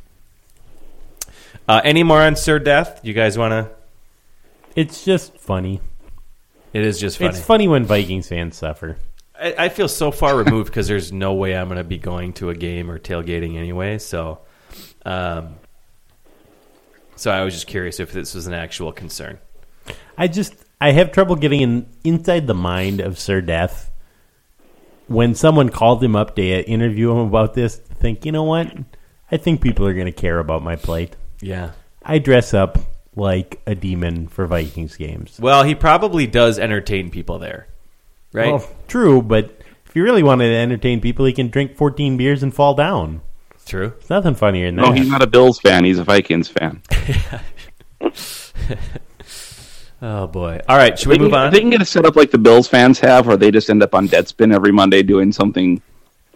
A: Uh, any more on Sir Death? You guys want to?
B: It's just funny.
A: It is just funny.
B: It's funny when Vikings fans suffer.
A: I, I feel so far removed because there's no way I'm going to be going to a game or tailgating anyway. So, um, so I was just curious if this was an actual concern.
B: I just I have trouble getting in, inside the mind of Sir Death. When someone called him up to interview him about this, to think you know what? I think people are going to care about my plight.
A: Yeah.
B: I dress up like a demon for Vikings games.
A: Well, he probably does entertain people there, right?
B: Well, true, but if you really wanted to entertain people, he can drink 14 beers and fall down.
A: True.
B: It's nothing funnier than
C: No,
B: that.
C: Oh, he's not a Bills fan. He's a Vikings fan.
A: Oh boy. All right. Should we
C: they
A: move
C: can,
A: on?
C: They can get a setup like the Bills fans have, where they just end up on Deadspin every Monday doing something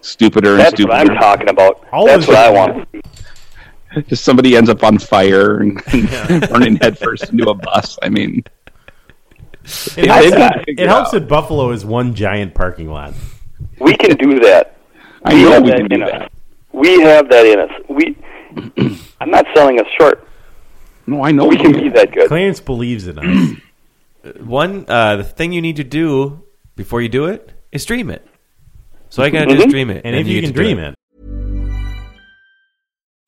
C: stupider and
D: That's what I'm
C: stupider.
D: talking about.
B: All
D: That's
B: of
D: what
B: it.
D: I want.
C: Just somebody ends up on fire and burning headfirst into a bus. I mean,
B: It helps,
D: They've got
B: that,
C: it
B: it
C: figured
B: helps
C: out.
B: that Buffalo is one giant parking lot.
D: We can do that.
C: I know
D: have
C: we
D: that
C: can do
D: in us.
C: that.
D: We have that in us. We. I'm not selling us short.
C: No, I know
D: We can be that good.
B: Clarence believes in us.
A: One, uh, the thing you need to do before you do it is dream it. So I gotta just
C: Mm-hmm.
D: Mhm.
A: dream it,
B: And if you
A: get
B: can
A: to do
B: dream it.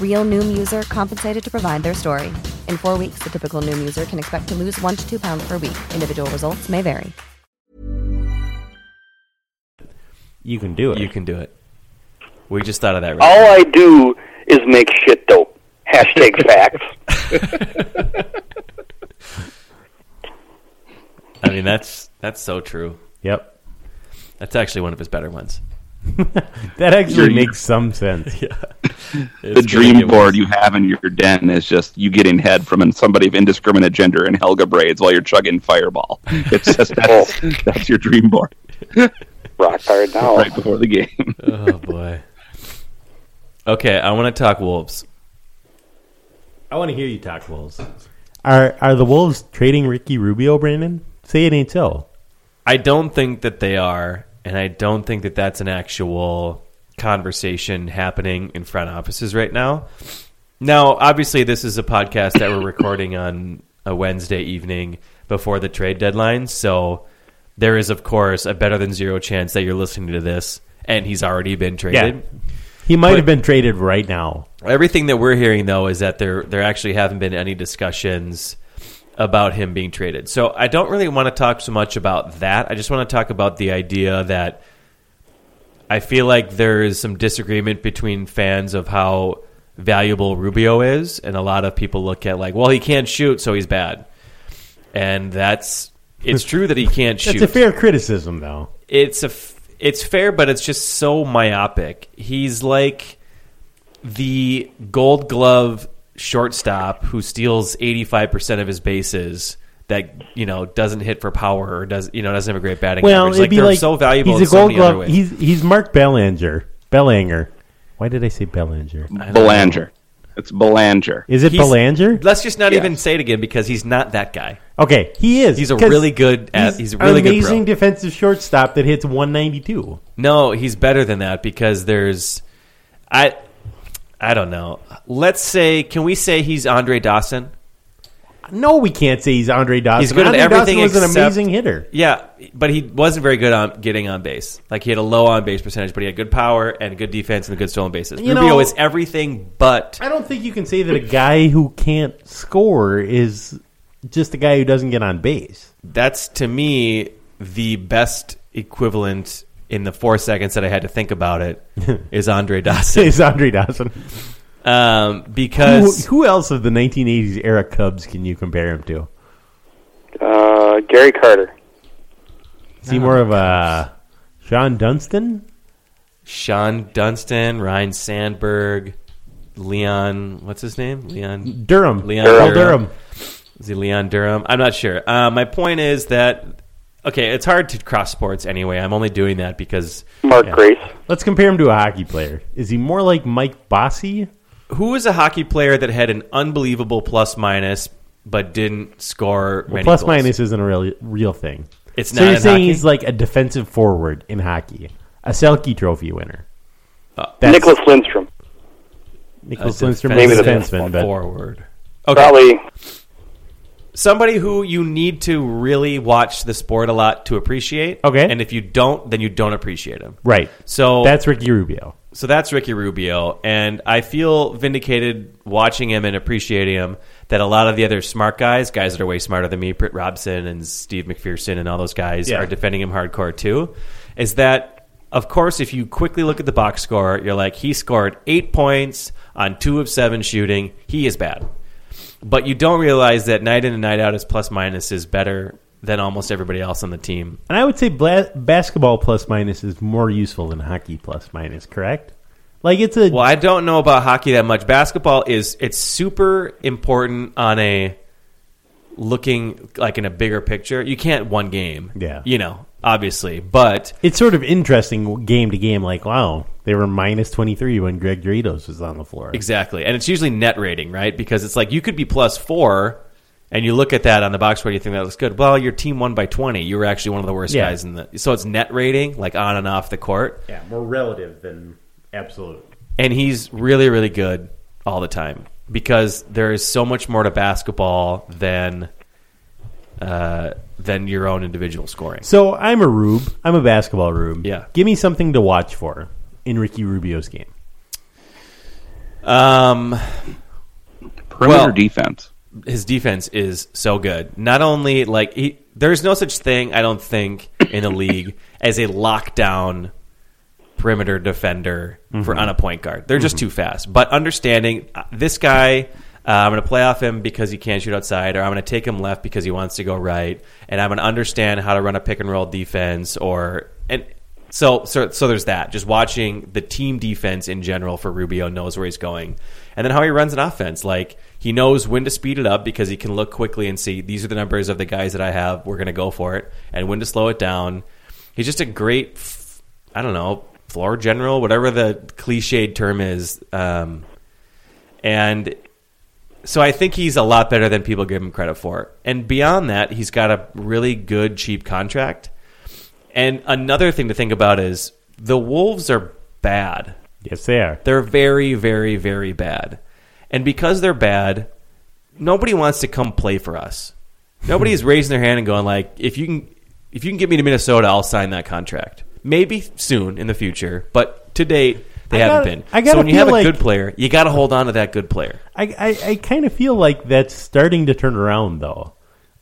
E: Real Noom user compensated to provide their story. In four weeks, the typical Noom user can expect to lose one to two pounds per week. Individual results may vary.
B: You can do
A: it.
B: it.
A: You can do it. We just thought of that. Right.
D: All I do is make shit dope. Hashtag facts.
C: Oh.
A: I mean, that's that's so true.
B: Yep.
A: That's actually one of his better ones.
B: That actually
C: You're-
B: makes some sense.
C: the dream board you have in your den is just you getting head from somebody of indiscriminate gender in Helga braids while you're chugging Fireball. It's just that's, that's your dream board
D: Rock hard now.
C: right before the game.
A: Oh boy. Okay, I want to talk wolves.
B: I want to hear you talk wolves. Are are the wolves trading Ricky Rubio, Brandon? Say it ain't so.
A: I don't think that they are, and I don't think that that's an actual conversation happening in front offices right now. Now, obviously, this is a podcast that we're recording on a Wednesday evening before the trade deadline, so there is, of course, a better than zero chance that you're listening to this and he's already been traded.
B: He might have been traded right now.
A: Everything that we're hearing though is that there there actually haven't been any discussions about him being traded. So I don't really want to talk so much about that. I just want to talk about the idea that I feel like there is some disagreement between fans of how valuable Rubio is and a lot of people look at like, well, he can't shoot, so he's bad. And that's it's true that he can't shoot
B: That's a fair criticism, though.
A: it's a f- it's fair, but it's just so myopic. He's like the Gold Glove shortstop who steals eighty five percent of his bases. That you know doesn't hit for power or does you know doesn't have a great batting
B: Well,
A: average.
B: it'd
A: Like
B: be
A: they're
B: like
A: so valuable.
B: He's a
A: in so
B: Gold
A: many other
B: Glove.
A: ways.
B: He's he's Mark Bellanger. Bellanger. Why did I say Bellanger?
C: Belanger. It's Belanger.
B: Is it
A: He's-
B: Bellanger?
A: Let's just not
C: Yeah.
A: even say it again because he's not that guy.
B: Okay, he is.
A: He's a
B: 'cause
A: really good at- he's a really
B: an
A: good pro.
B: amazing defensive shortstop that hits 192.
A: No, he's better than that because there's I I don't know. Let's say can we say he's Andre Dawson?
B: No, we can't say he's Andre Dawson.
A: He's good at
B: Andre
A: everything
B: Dawson was an
A: except-
B: amazing hitter.
A: Yeah, but he wasn't very good on getting on base. Like he had a low on base percentage, but he had good power and good defense and good stolen bases.
B: You
A: Rubio
B: know-
A: is everything but
B: I don't think you can say that a guy who can't score is just a guy who doesn't get on base.
A: that's to me the best equivalent in the four seconds that I had to think about it is Andre Dawson.
B: Is Andre Dawson?
A: um,
B: Who,
A: because
B: who else of the 1980s era Cubs can you compare him to?
D: Uh, Gary Carter.
B: Is he more of a Sean Dunstan?
A: Sean Dunstan, Ryan Sandberg, Leon, what's his name? Leon
B: Durham.
A: Leon
B: Earl
A: Durham.
B: Durham.
A: is he Leon Durham? I'm not sure. Uh, my point is that okay, it's hard to cross sports anyway. I'm only doing that because
D: Mark Grace.
B: Let's compare him to a hockey player. Is he more like Mike Bossy?
A: who was a hockey player that had an unbelievable plus minus but didn't score many
B: Plus
A: goals?
B: minus isn't a real real thing.
A: It's
B: so
A: not
B: you're
A: in
B: saying
A: hockey?
B: he's like a defensive forward in hockey, a Selkie Trophy winner.
A: Uh,
B: That's-
D: Nicholas Lindstrom.
A: a
B: Nicholas Lindstrom
A: defensive
B: is a
D: defensive
B: defenseman, but
A: forward. Okay.
D: Probably
A: somebody who you need to really watch the sport a lot to appreciate.
B: Okay.
A: and if you don't, then you don't appreciate him.
B: right.
A: So
B: That's Ricky Rubio.
A: so that's Ricky Rubio, and I feel vindicated watching him and appreciating him. That a lot of the other smart guys, guys that are way smarter than me, Britt Robson and Steve McPherson and all those guys
B: Yeah.
A: are defending him hardcore too. Is that, of course, if you quickly look at the box score, you're like, he scored eight points on two of seven shooting. He is bad. But you don't realize that night in and night out, his plus minus is better than almost everybody else on the team.
B: And I would say bla- basketball plus minus is more useful than hockey plus minus, correct? Like it's a
A: Well, I don't know about hockey that much. Basketball is it's super important on a looking like in a bigger picture. You can't one game.
B: Yeah.
A: You know, obviously. But
B: it's sort of interesting game to game. Like wow, they were minus twenty three when Greg Doritos was on the floor.
A: exactly. And it's usually net rating, right? Because it's like you could be plus 4 and you look at that on the box score you think that looks good. Well, your team won by 20. You were actually one of the worst
B: Yeah.
A: guys in the So it's net rating like on and off the court.
B: Yeah, more relative than absolute.
A: and he's really really good all the time because there is so much more to basketball than uh, than your own individual scoring.
B: So I'm a rube. I'm a basketball rube.
A: Yeah.
B: Give me something to watch for in Ricky Rubio's game.
A: Um,
C: Perimeter
A: Well-
C: defense.
A: his defense is so good. Not only like he, there's no such thing I don't think in the league as a lockdown perimeter defender for on a point guard. They're just too fast. But understanding uh, this guy, uh, I'm going to play off him because he can't shoot outside, or I'm going to take him left because he wants to go right, and I'm going to understand how to run a pick and roll defense, or and so so so there's that. Just watching the team defense in general for Rubio knows where he's going, and then how he runs an offense. Like he knows when to speed it up because he can look quickly and see these are the numbers of the guys that I have. We're going to go for it, and when to slow it down. He's just a great f- I don't know, floor general, whatever the cliched term is. Um, and so I think he's a lot better than people give him credit for. And beyond that, he's got a really good, cheap contract. And another thing to think about is the Wolves are bad.
B: Yes, they are.
A: They're very, very, very bad. And because they're bad, nobody wants to come play for us. Nobody's raising their hand and going like, if you can if you can get me to Minnesota, I'll sign that contract. Maybe soon in the future, but to date they
B: I
A: haven't
B: gotta-
A: been.
B: I gotta
A: so when you
B: feel
A: have a
B: like-
A: good player, you got to hold on to that good player.
B: I I, I kind of feel like that's starting to turn around though.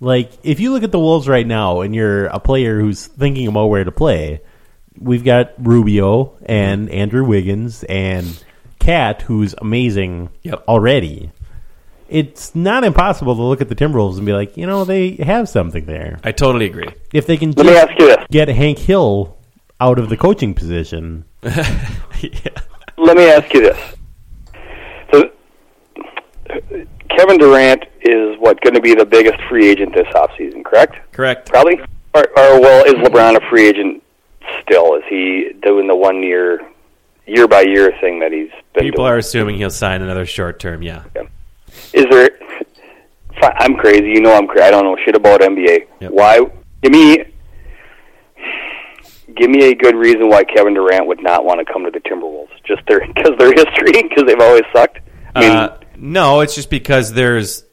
B: Like if you look at the Wolves right now, and you're a player who's thinking about where to play, we've got Rubio and Andrew Wiggins and Cat, who's amazing
A: Yep.
B: already. It's not impossible to look at the Timberwolves and be like, you know, they have something there.
A: I totally agree.
B: If they can
D: Let me
B: just
D: ask you this.
B: get Hank Hill out of the coaching position,
D: Let me ask you this. So, Kevin Durant is what going to be the biggest free agent this offseason, correct?
A: Correct.
D: Probably. Or, or well, is LeBron a free agent still? Is he doing the one year, year by year thing that he's been
A: People
D: doing?
A: are assuming he'll sign another short term. Yeah.
D: is there? Fi- I'm crazy. You know I'm crazy. I don't know shit about NBA.
A: Yep.
D: Why? Give me, give me a good reason why Kevin Durant would not want to come to the Timberwolves. Just their because their history, because they've always sucked. I mean,
A: Uh, no, it's just because there's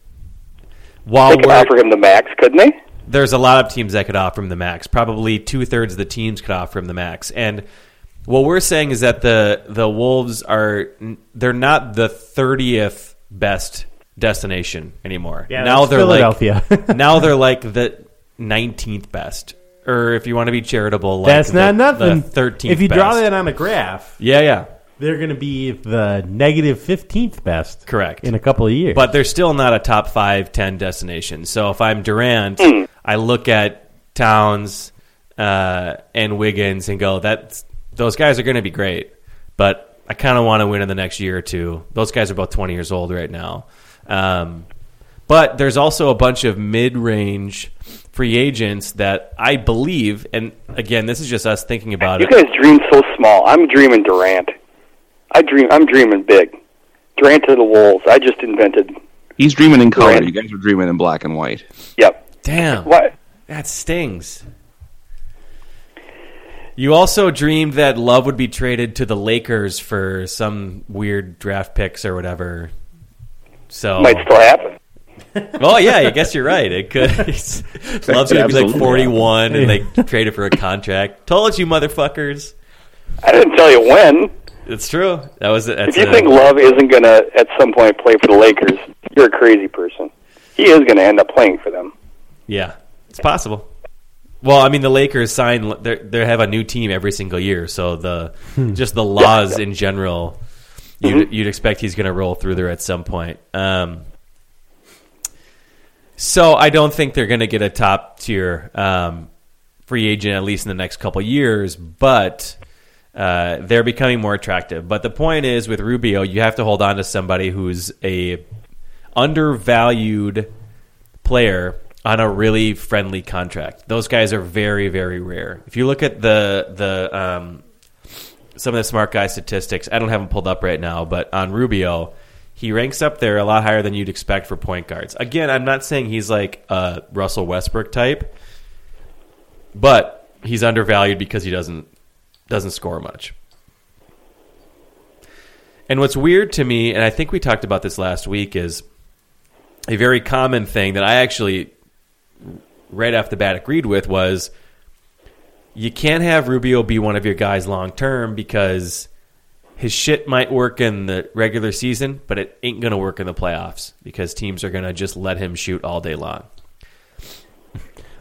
A: while
D: they could
A: we're,
D: offer him the max, couldn't they?
A: there's a lot of teams that could offer him the max. Probably two thirds of the teams could offer him the max. And what we're saying is that the the Wolves are they're not the thirtieth best destination anymore.
B: Yeah,
A: now
B: that's
A: they're
B: Philadelphia.
A: like now they're like the nineteenth best, or if you want to be charitable, like
B: that's
A: the-
B: not nothing.
A: The thirteenth.
B: If you draw
A: best.
B: that on a graph,
A: yeah, yeah.
B: they're going to be the negative fifteenth best,
A: Correct.
B: in a couple of years.
A: but they're still not a top five, ten destination. So if I'm Durant, I look at Towns uh, and Wiggins and go, that's those guys are going to be great, but I kind of want to win in the next year or two. Those guys are both 20 years old right now. Um, but there's also a bunch of mid-range free agents that I believe, and again, this is just us thinking about
D: You
A: it.
D: guys dream so small. I'm dreaming Durant. I dream. I'm dreaming big. Durant to the Wolves. I just invented.
C: He's dreaming in color.
D: Right.
C: You guys are dreaming in black and white.
D: Yep.
A: Damn.
D: What?
A: That stings. You also dreamed that Love would be traded to the Lakers for some weird draft picks or whatever. So,
D: Might still happen.
A: oh yeah, I guess you're right. It could. Love's gonna be like
C: absolutely
A: 41, and they trade it for a contract. Told you, motherfuckers.
D: I didn't tell you when.
A: It's true. That was. That's
D: If you
A: a-
D: think Love isn't going to at some point play for the Lakers, you're a crazy person. He is going to end up playing for them.
A: Yeah, it's possible. Well, I mean, the Lakers sign they they have a new team every single year, so the just the laws in general, you'd, you'd expect he's going to roll through there at some point. Um, so I don't think they're going to get a top tier um, free agent at least in the next couple years, but uh, they're becoming more attractive. But the point is, with Rubio, you have to hold on to somebody who's a undervalued player on a really friendly contract. Those guys are very, very rare. If you look at the the um, some of the smart guy statistics, I don't have them pulled up right now, but on Rubio, he ranks up there a lot higher than you'd expect for point guards. Again, I'm not saying he's like a Russell Westbrook type, but he's undervalued because he doesn't doesn't score much. And what's weird to me, and I think we talked about this last week, is a very common thing that I actually right off the bat agreed with was you can't have Rubio be one of your guys long term because his shit might work in the regular season, but it ain't going to work in the playoffs because teams are going to just let him shoot all day long.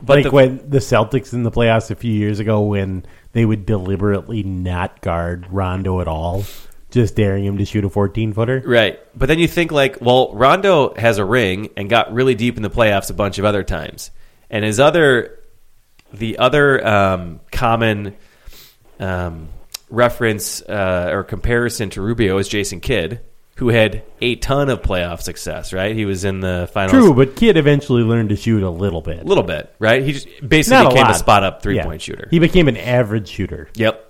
A: But
B: like
A: the-
B: when the Celtics in the playoffs a few years ago, when they would deliberately not guard Rondo at all, just daring him to shoot a fourteen footer.
A: Right. But then you think like, well, Rondo has a ring and got really deep in the playoffs a bunch of other times. And his other the other um, common um, reference uh, or comparison to Rubio is Jason Kidd, who had a ton of playoff success, right? He was in the finals
B: True, but Kidd eventually learned to shoot a little bit.
A: a little bit, right? He just basically
B: Not a
A: became a
B: lot.
A: spot up three
B: Yeah.
A: point shooter.
B: He became an average shooter.
A: Yep.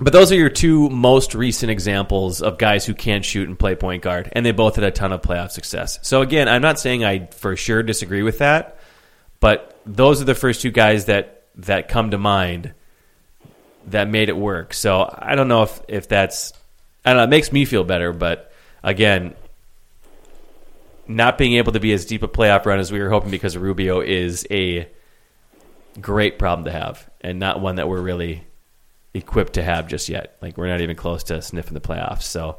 A: But those are your two most recent examples of guys who can shoot and play point guard, and they both had a ton of playoff success. So again, I'm not saying I for sure disagree with that, but those are the first two guys that that come to mind that made it work. So I don't know if if that's I don't know. It makes me feel better, but again, not being able to be as deep a playoff run as we were hoping because of Rubio is a great problem to have, and not one that we're really equipped to have just yet. Like we're not even close to sniffing the playoffs. So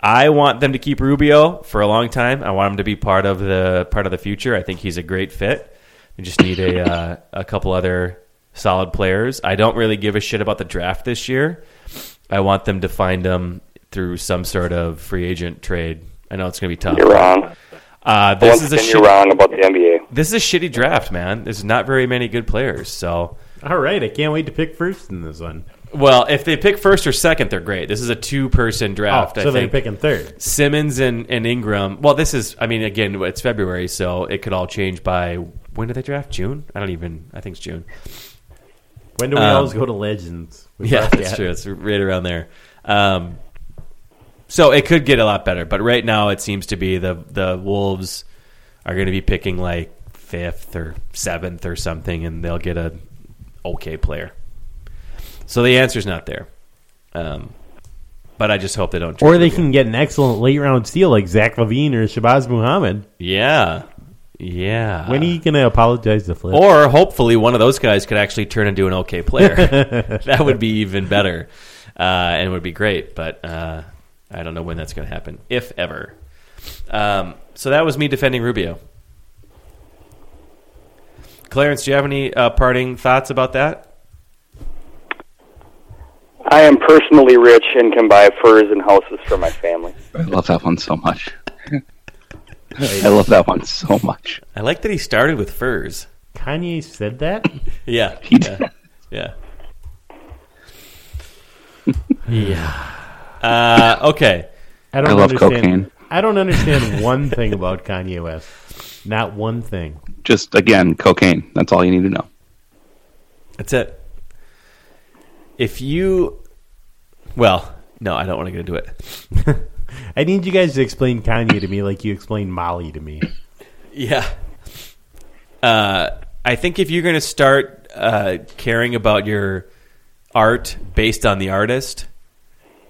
A: I want them to keep Rubio for a long time. I want him to be part of the part of the future. I think he's a great fit. We just need a uh, a couple other solid players. I don't really give a shit about the draft this year. I want them to find them through some sort of free agent trade. I know it's going to be tough.
D: You're wrong.
A: Uh, this
D: Once
A: is a
D: again,
A: shitty,
D: you're wrong about the NBA.
A: this is a shitty draft, man. There's not very many good players. So
B: All right, I can't wait to pick first in this one.
A: Well, if they pick first or second, they're great. This is a two-person
B: Oh,
A: draft.
B: so
A: I
B: they're
A: think
B: picking third.
A: Simmons and, and Ingram. Well, this is. I mean, again, it's February, so it could all change by when do they draft? June? I don't even. I think it's June.
B: When do we
A: Um,
B: always go to legends? We
A: Yeah,
B: left
A: that's
B: that.
A: true. It's right around there. Um, so it could get a lot better, but right now it seems to be the the Wolves are going to be picking like fifth or seventh or something, and they'll get a okay player. So the answer's not there. Um, but I just hope they don't.
B: Or
A: trade
B: they
A: Rubio.
B: can get an excellent late round steal like Zach Levine or Shabazz Muhammad.
A: Yeah, yeah.
B: When are you going to apologize to Flip?
A: Or hopefully one of those guys could actually turn into an okay player. that would be even better, uh, and would be great. But uh, I don't know when that's going to happen, if ever. Um, so that was me defending Rubio. Clarence, do you have any uh, parting thoughts about that?
D: I am personally rich and can buy furs and houses for my family.
C: I love that one so much. I love that one so much.
A: I like that he started with furs.
B: Kanye said that?
A: Yeah.
C: He did.
A: Yeah. yeah.
B: yeah.
A: Uh, okay.
B: I don't
C: I love
B: understand.
C: cocaine.
B: I don't understand one thing about Kanye West. Not one thing.
C: Just again, cocaine. That's all you need to know.
A: That's it. If you. Well, no, I don't want to get into it.
B: I need you guys to explain Kanye to me like you explained Molly to me.
A: Yeah. Uh, I think if you're going to start uh, caring about your art based on the artist,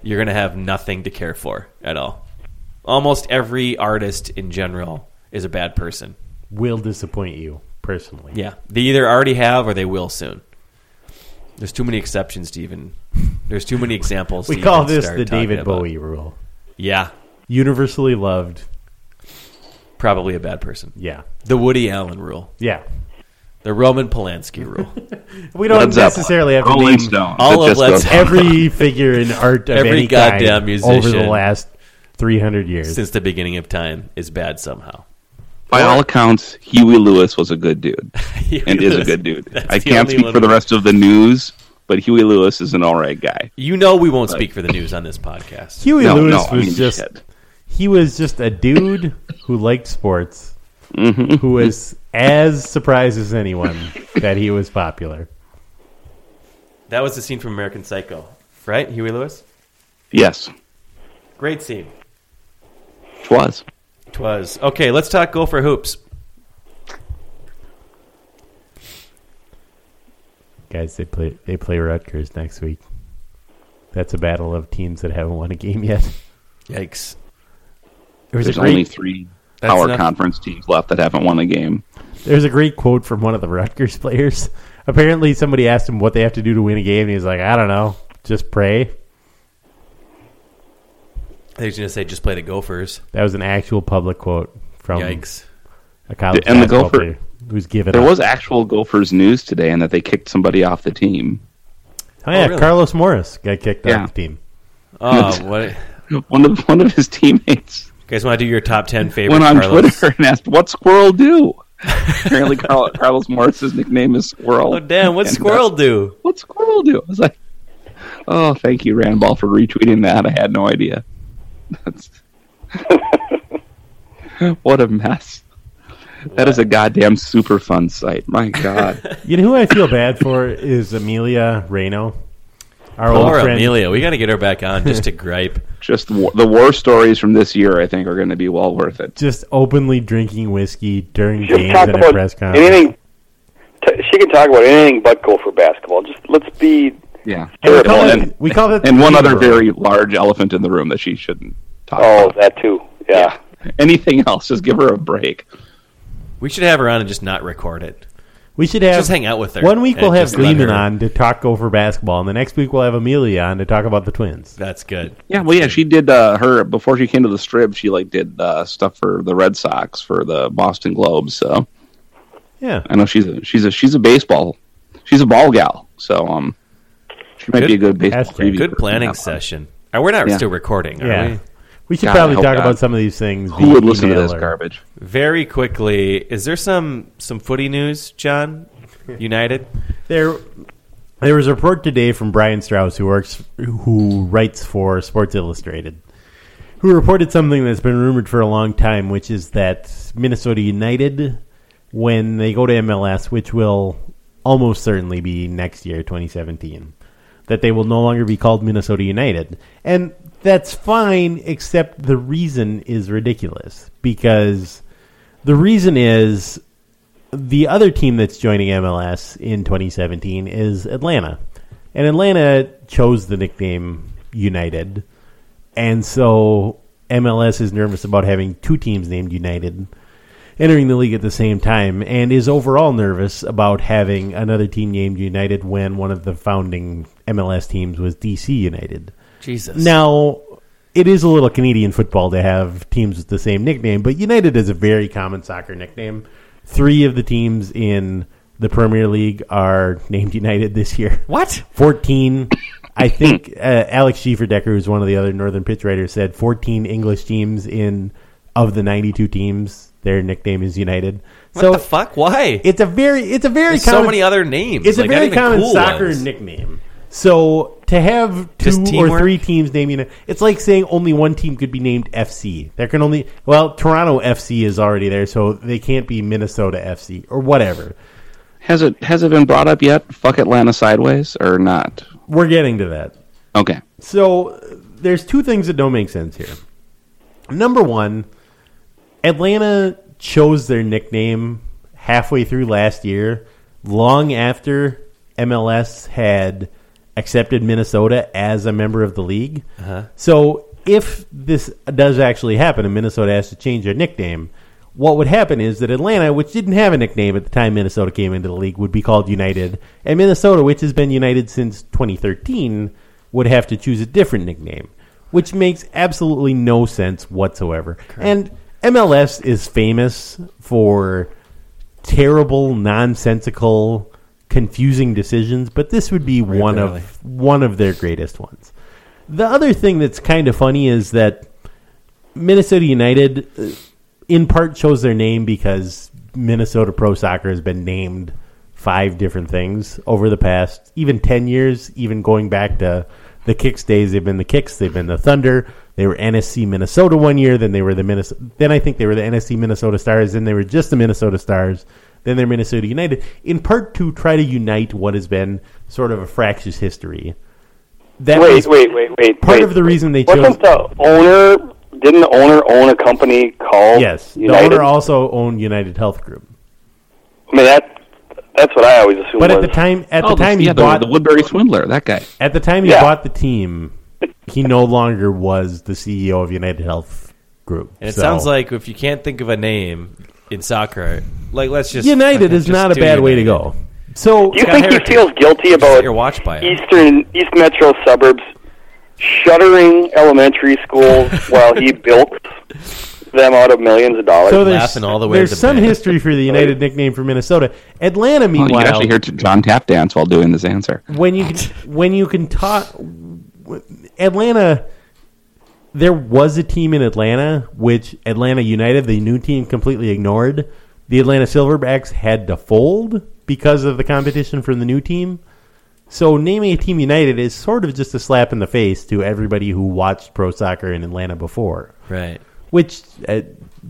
A: you're going to have nothing to care for at all. Almost every artist in general is a bad person.
B: Will disappoint you personally.
A: Yeah. They either already have or they will soon. There's too many exceptions to even. There's too many examples.
B: We
A: to
B: call
A: even
B: this
A: start
B: the
A: talking
B: David
A: about.
B: Bowie rule.
A: Yeah,
B: Universally loved.
A: probably a bad person.
B: Yeah.
A: The Woody Allen rule,
B: Yeah.
A: the Roman Polanski rule,
B: We don't
C: Led Zeppelin,
B: necessarily have to
C: Rolling
B: name
C: Stone.
A: all
C: The
A: of Led
C: Disco-
A: Zeppelin.
B: every figure in art of
A: Every
B: any
A: goddamn
B: kind
A: musician.
B: over the last 300 years.
A: since the beginning of time is bad somehow.
C: By all accounts, Huey Lewis was a good dude and is a
A: Lewis.
C: good dude.
A: That's
C: I
A: the
C: can't
A: only
C: speak
A: one
C: for the
A: we-
C: rest of the news, but Huey Lewis is an all right guy.
A: You know we won't speak for the news on this podcast.
B: Huey
C: no,
B: Lewis
C: no, I
B: was
C: mean,
B: just
C: shit.
B: he was just a dude who liked sports, who was as surprised as anyone that he was popular.
A: That was the scene from American Psycho, right? Huey Lewis,
C: Yes,
A: great scene.
C: it was.
A: Twas okay. Let's talk go for hoops.
B: Guys, they play they play Rutgers next week. That's a battle of teams that haven't won a game yet.
A: Yikes!
B: There was
C: There's
B: a great
C: only three
A: That's
C: power
A: enough.
C: conference teams left that haven't won a game.
B: there's a great quote from one of the Rutgers players. Apparently, somebody asked him what they have to do to win a game, and he's like, "I don't know, just pray."
A: I was gonna say just play the Gophers.
B: That was an actual public quote from
A: Yikes!
B: a college
C: And the
B: basketball
C: Gopher-
B: player who's given
C: There
B: up.
C: was actual Gophers news today, and that they kicked somebody off the team.
B: oh yeah,
A: Oh, really?
B: Carlos Morris got kicked
C: Yeah.
B: off the team.
A: Oh, what you
C: One of one of his teammates
A: guys want to do your top ten favorites?
C: went on
A: Carlos?
C: Twitter and asked, "What squirrel do?" Apparently, Carl, Carlos Morris's nickname is Squirrel.
A: Oh damn! What
C: And, uh,
A: squirrel do?
C: what squirrel do? I was like, "Oh, thank you, Randball, for retweeting that. I had no idea." That's what a mess. That is a goddamn super fun site. My god,
B: You know who I feel bad for is Amelia Reno,
C: Oh,
B: our old
A: Poor
B: friend.
A: Amelia. We got to get her back on just to gripe.
C: just war, the war stories from this year, I think, are going to be well worth it.
B: Just openly drinking whiskey during
D: Just
B: games
D: talk
B: and
D: about
B: a press conference.
D: anything. T- she can talk about anything but go for basketball. Just let's be.
C: Yeah,
B: And we call
C: And-
B: it, we call it
C: and one
B: the
C: other
B: Negro.
C: very large elephant in the room that she shouldn't talk
D: Oh,
C: about.
D: that too. Yeah.
C: Anything else, just give her a break.
A: We should have her on and just not record it.
B: We should have
A: Just hang out with her
B: One week we'll
A: and
B: have
A: just let
B: Lehman
A: her-
B: on to talk over basketball, and the next week we'll have Amelia on to talk about the Twins.
A: That's good.
C: Yeah, well, yeah, she did uh, her before she came to the strip. She like did uh, stuff for the Red Sox for the Boston Globe. So
B: Yeah,
C: I know she's a, she's a she's a baseball, she's a ball gal. So um, she might
A: Good-
C: be a good baseball
B: That's good.
C: preview
A: Good
C: person
A: planning
C: to have on.
A: session. Uh, we're not
C: Yeah.
A: still recording, are
B: yeah.
A: we?
B: We should
C: God, I
B: probably
C: hope
B: talk
C: not.
B: about some of these things.
C: Who
B: via
C: would listen to
B: email
C: this
B: or-
C: garbage?
A: Very quickly, is there some some footy news, John? United.
B: There, there was a report today from Brian Strauss, who works, who writes for Sports Illustrated, who reported something that's been rumored for a long time, which is that Minnesota United, when they go to MLS, which will almost certainly be next year, 2017, that they will no longer be called Minnesota United, and that's fine. Except the reason is ridiculous because the reason is the other team that's joining MLS in 2017 is Atlanta. And Atlanta chose the nickname United. And so MLS is nervous about having two teams named United entering the league at the same time and is overall nervous about having another team named United when one of the founding MLS teams was DC United.
A: Jesus.
B: Now, it is a little Canadian football to have teams with the same nickname, but United is a very common soccer nickname. Three of the teams in the Premier League are named United this year.
A: What?
B: 14 I think uh, Alex Schieferdecker, who's one of the other Northern pitch writers, said 14 English teams in of the 92 teams. Their nickname is United.
A: What
B: so
A: the fuck? Why?
B: it's a very it's a very
A: There's
B: common,
A: so many other names.
B: It's
A: Like,
B: a
A: not
B: very
A: even
B: common
A: cool
B: soccer
A: ones.
B: nickname. So to have
A: Just
B: two or
A: teamwork?
B: three teams named United, it's like saying only one team could be named FC. There can only well Toronto FC is already there, so they can't be Minnesota FC or whatever.
C: Has it has it been brought up yet? Fuck Atlanta sideways or not?
B: We're getting to that.
C: Okay.
B: So uh, there's two things that don't make sense here. Number one, Atlanta chose their nickname halfway through last year, long after MLS had accepted Minnesota as a member of the league. So if this does actually happen and Minnesota has to change their nickname, what would happen is that Atlanta, which didn't have a nickname at the time Minnesota came into the league, would be called United, and Minnesota, which has been United since 2013, would have to choose a different nickname, which makes absolutely no sense whatsoever. And MLS is famous for terrible, nonsensical, confusing decisions, but this would be one
A: barely.
B: of one of their greatest ones. The other thing that's kind of funny is that Minnesota United, uh, in part, chose their name because Minnesota Pro Soccer has been named five different things over the past even 10 years, even going back to the Kicks days. They've been the Kicks, they've been the Thunder, they were NSC Minnesota one year, then they were the Minnesota, then I think they were the NSC Minnesota Stars, then they were just the Minnesota Stars, then they're Minnesota United, in part to try to unite what has been sort of a fractious history. That
D: wait,
B: was
D: wait, wait, wait.
B: part
D: wait.
B: of the reason they chose
D: Wasn't the owner? Didn't the owner own a company called?
B: Yes, the
D: United?
B: owner also owned United Health Group.
D: I mean that. That's what I always assume.
B: But
D: was.
B: at the time, at
C: Oh,
B: the time he
C: yeah,
B: bought
C: the, the Woodbury Swindler, that guy.
B: at the time he
D: Yeah.
B: bought the team, he no longer was the CEO of United Health Group.
A: And it
B: So,
A: sounds like if you can't think of a name in soccer, like let's just
B: United
A: fucking
B: is
A: just
B: not a
A: do
B: bad way to
A: United.
B: go. So
D: Do you
A: got
D: think he
A: heritage.
D: feels guilty
A: Set
D: about
A: your watch by it.
D: Eastern East Metro suburbs shuttering elementary schools while he built them out of millions of dollars?
B: so there's,
A: laughing all the way to
B: there's some
A: bed.
B: history for the United nickname for Minnesota. Atlanta,
C: Oh, you
B: meanwhile,
C: can actually hear t- John tap dance while doing this answer.
B: when you can, when you can talk Atlanta there was a team in Atlanta which Atlanta United the new team completely ignored the Atlanta Silverbacks had to fold because of the competition from the new team so naming a team United is sort of just a slap in the face to everybody who watched pro soccer in Atlanta before
A: Right.
B: which uh,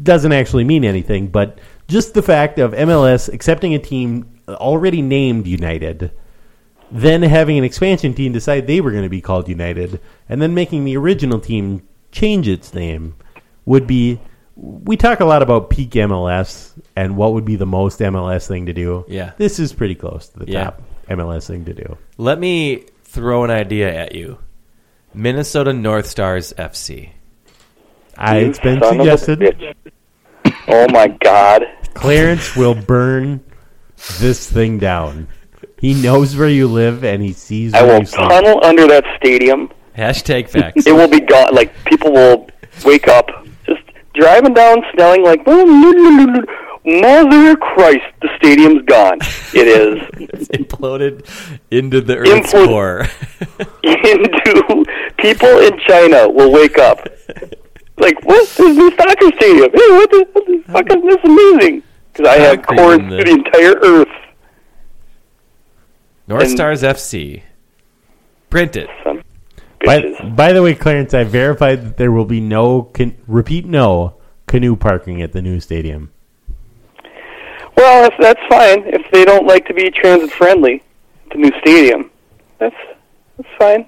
B: doesn't actually mean anything, but just the fact of MLS accepting a team already named United, then having an expansion team decide they were going to be called United, and then making the original team change its name would be. We talk a lot about peak MLS and what would be the most MLS thing to do.
A: Yeah.
B: This is pretty close to the
A: Yeah.
B: top MLS thing to do.
A: Let me throw an idea at you. Minnesota North Stars FC.
B: I,
D: You
B: it's been
D: son of a
B: suggested.
D: bitch. Oh my God!
B: Clarence will burn this thing down. He knows where you live and he sees
D: I
B: where
D: will
B: you sleep.
D: tunnel under that stadium.
A: Hashtag facts.
D: It will be gone. Like people will wake up just driving down, smelling like "Oh, Mother Christ. The stadium's gone. It is
A: it's imploded into the earth's
D: Implode-
A: core.
D: into people in China will wake up. Like, what? There's new soccer stadium. Hey, what the, what the fuck is this amazing? Because I have
A: Concrete
D: cords
A: in
D: through
A: the-
D: the entire earth.
A: North
D: And-
A: Stars FC. Print it.
D: Son of bitches.
B: By, by the way, Clarence, I verified that there will be no can, repeat no canoe parking at the new stadium.
D: Well, if, that's fine. If they don't like to be transit friendly, the new stadium. That's that's fine.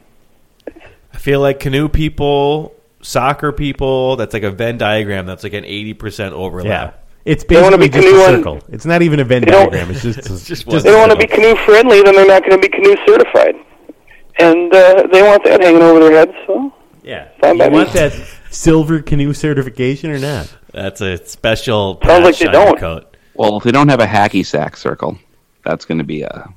A: I feel like canoe people, soccer people, that's like a Venn diagram that's like an 80%
B: Yeah.
A: overlap.
B: It's
D: wanna
B: basically
D: be
B: just
D: canoe
B: a
D: on-
B: circle. It's not even a Venn
D: They don't-
B: diagram. It's just, it's
A: just
B: just
A: one
B: a
D: They don't want to
B: circle.
D: be canoe friendly, then they're not going to be canoe certified. And uh, they want that hanging over their heads. So
B: Yeah.
D: Fine by
B: You
D: me.
B: want that silver canoe certification or not?
A: That's a special
D: Sounds like
A: patch
D: they
A: on your
D: don't.
A: coat.
C: Well, if they don't have a hacky sack circle, that's going to be a.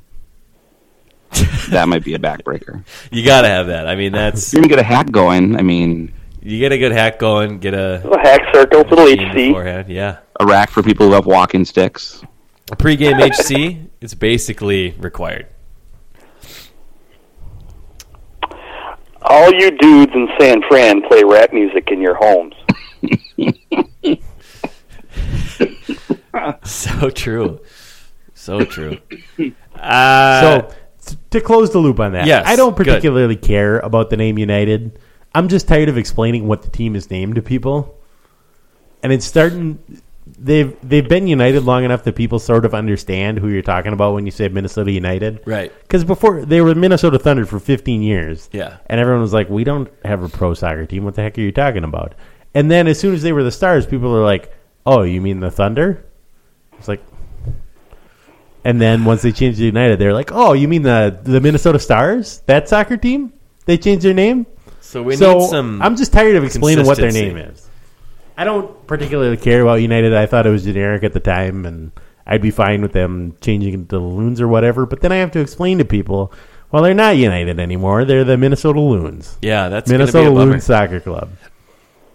C: that might be a backbreaker.
A: You got to have that. I mean, that's
C: You're going to get a hack going. I mean,
A: you get a good hack going, get a
D: a hack circle, little
A: in the
D: HC.
A: beforehand. Yeah.
C: a rack for people who have walking sticks.
A: A pregame HC, it's basically required.
D: All you dudes in San Fran play rap music in your homes.
A: So true. So true. Uh,
B: So t- to close the loop on that,
A: Yes,
B: I don't
A: good.
B: particularly care about the name United. I'm just tired of explaining what the team is named to people, and it's starting. They've they've been United long enough that people sort of understand who you're talking about when you say Minnesota United,
A: Right.
B: Because before they were Minnesota Thunder for 15 years,
A: Yeah.
B: and everyone was like, "We don't have a pro soccer team. What the heck are you talking about?" And then as soon as they were the Stars, people are like, "Oh, you mean the Thunder?" It's like, and then once they changed to United, they're like, "Oh, you mean the the Minnesota Stars? That soccer team? They changed their name."
A: so we
B: so
A: need some.
B: I'm just tired of explaining what their
A: consistency.
B: name is. I don't particularly care about United. I thought it was generic at the time, and I'd be fine with them changing it to the Loons or whatever. But then I have to explain to people, well, they're not United anymore. They're the Minnesota Loons,
A: yeah, that's gonna
B: Minnesota
A: be a bummer.
B: Loons Soccer Club.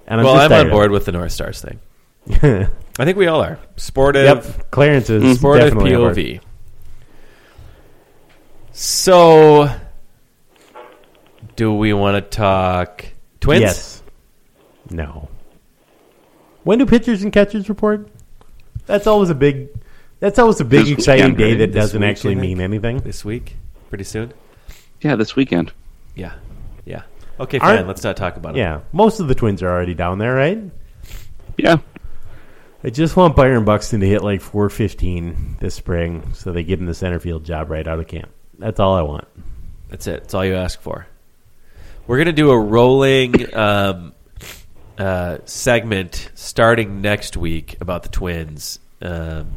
B: And I'm
A: well,
B: just
A: I'm
B: tired
A: on
B: of
A: board with the North Stars thing.
B: it.
A: I think we all are. Sportive, Mhm.
B: yep, Clarence is
A: sportive
B: definitely on board.
A: POV. So, do we want to talk twins?
B: Yes. No. When do pitchers and catchers report? That's always a big. That's always a big
C: This
B: exciting
C: weekend,
B: day
C: right?
B: that
A: This
B: doesn't
A: week,
B: actually
A: I think.
B: mean anything.
A: this week, pretty soon.
C: Yeah, this weekend.
A: Yeah, yeah. Okay, fine.
B: Aren't-
A: Let's not talk about it.
B: Yeah, most of the twins are already down there, right?
C: Yeah.
B: I just want Byron Buxton to hit like 415 this spring, so they give him the center field job right out of camp. That's all I want.
A: That's it. That's all you ask for. We're gonna do a rolling um, uh, segment starting next week about the Twins. Um,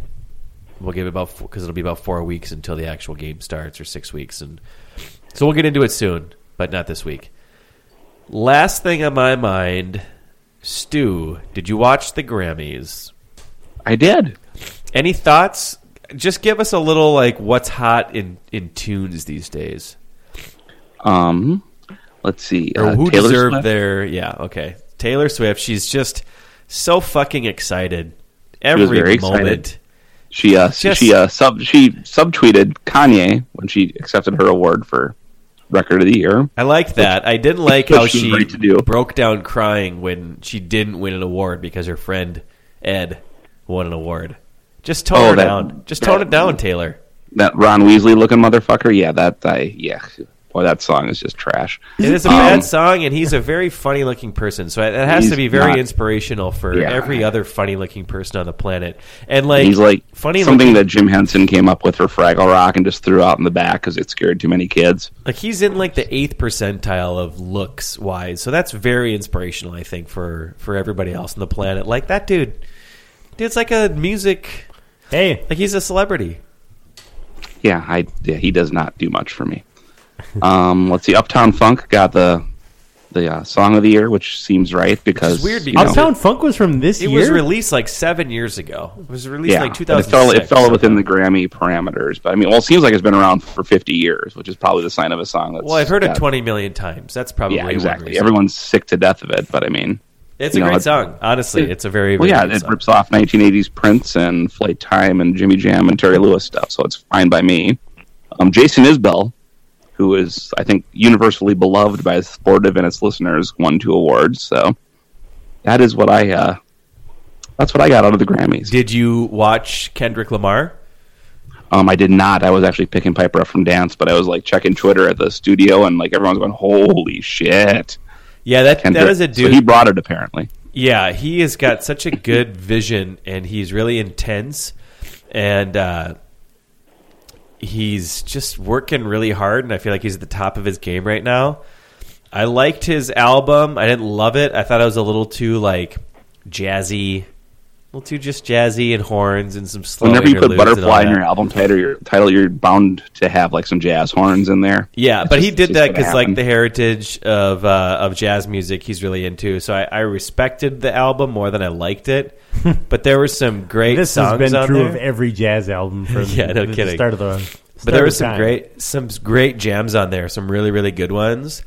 A: we'll give it about because it'll be about four weeks until the actual game starts, or six weeks, and so we'll get into it soon, but not this week. Last thing on my mind, Stu, did you watch the Grammys?
C: I did.
A: Any thoughts? Just give us a little like what's hot in in tunes these days.
C: Um, let's see.
A: or
C: uh,
A: who
C: Taylor
A: deserved
C: Swift.
A: their yeah okay taylor swift she's just so fucking excited every
C: was very
A: moment
C: excited. She uh,
A: Just-
C: she uh, sub she subtweeted Kanye when she accepted her award for record of the year.
A: i like that i didn't like
C: Which
A: how
C: she's
A: she
C: right to do.
A: broke down crying when she didn't win an award because her friend ed won an award just tone
C: Oh,
A: her
C: that-
A: down just tone
C: that-
A: it down taylor
C: That Ron Weasley looking motherfucker. Yeah, that I yeah. Boy, that song is just trash.
A: it is a
C: Um,
A: bad song, and he's a very funny looking person. So it it has to
C: He's
A: be very
C: not-
A: inspirational for
C: Yeah.
A: every other funny looking person on the planet. And like,
C: he's like
A: funny
C: something
A: looking-
C: that Jim Henson came up with for Fraggle Rock and just threw out in the back because it scared too many kids.
A: Like he's in like the eighth percentile of looks wise, so that's very inspirational, I think, for for everybody else on the planet. Like that dude, dude's like a music,
B: Hey,
A: like he's a celebrity.
C: Yeah, I yeah, he does not do much for me. Um, let's see. Uptown Funk got the the uh, song of the year, which seems right because
A: is weird
C: you
A: because
C: know,
B: Uptown Funk was from this
A: It
B: year.
A: was released like seven years ago. It was released like
C: but
A: two thousand.
C: It fell, it fell within the Grammy parameters, but I mean, well, it seems like it's been around for 50 years, which is probably the sign of a song that's.
A: Well, I've heard it
C: got-
A: twenty million times. That's probably
C: Yeah,
A: one
C: exactly.
A: reason.
C: Everyone's sick to death of it, but I mean,
A: It's a
C: you know,
A: great
C: it-
A: song. Honestly, it's a very,
C: well,
A: very
C: yeah,
A: good
C: it
A: song.
C: rips off 1980s Prince and Flight Time and Jimmy Jam and Terry Lewis stuff, so it's fine by me. Um, Jason Isbell, who is, I think, universally beloved by sportive and its listeners, won two awards, so that is what I. Uh, that's what I got out of the Grammys.
A: Did you watch Kendrick Lamar?
C: Um, I did not. I was actually picking Piper up from dance, but I was like checking Twitter at the studio, and like everyone's going, "Holy shit!"
A: Yeah, that
C: And
A: that is a
C: so
A: dude.
C: he brought it apparently.
A: Yeah, he has got such a good vision, and he's really intense, and uh, he's just working really hard. And I feel like he's at the top of his game right now. I liked his album. I didn't love it. I thought it was a little too like jazzy, a little too just jazzy and horns and some slow.
C: Whenever you put
A: interludes and all
C: butterfly in
A: that.
C: your album title, your title, you're bound to have like some jazz horns in there.
A: Yeah,
C: It's
A: but he
C: just-
A: did
C: it's
A: that
C: gonna
A: because like
C: happen.
A: the heritage of uh, of jazz music he's really into. So I, I respected the album more than I liked it. but there were some great
B: this has
A: songs
B: been
A: on
B: true
A: there.
B: of every jazz album from
A: Yeah, no
B: the
A: kidding.
B: start of the.
A: but
B: start
A: there
B: of
A: were some
B: time.
A: great some great jams on there, some really really good ones.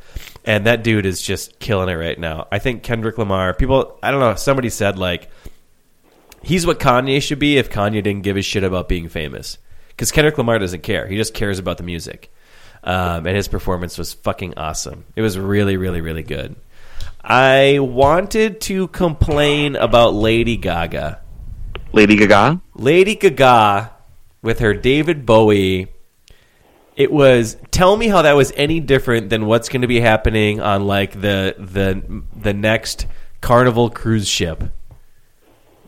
A: And that dude is just killing it right now. I think Kendrick Lamar. People, I don't know. Somebody said like he's what Kanye should be if Kanye didn't give a shit about being famous. Because Kendrick Lamar doesn't care. He just cares about the music. um, and his performance was fucking awesome. It was really, really, really good. I wanted to complain about Lady Gaga.
C: Lady Gaga.
A: Lady Gaga with her David Bowie. It was tell me how that was any different than what's going to be happening on like the the the next Carnival cruise ship.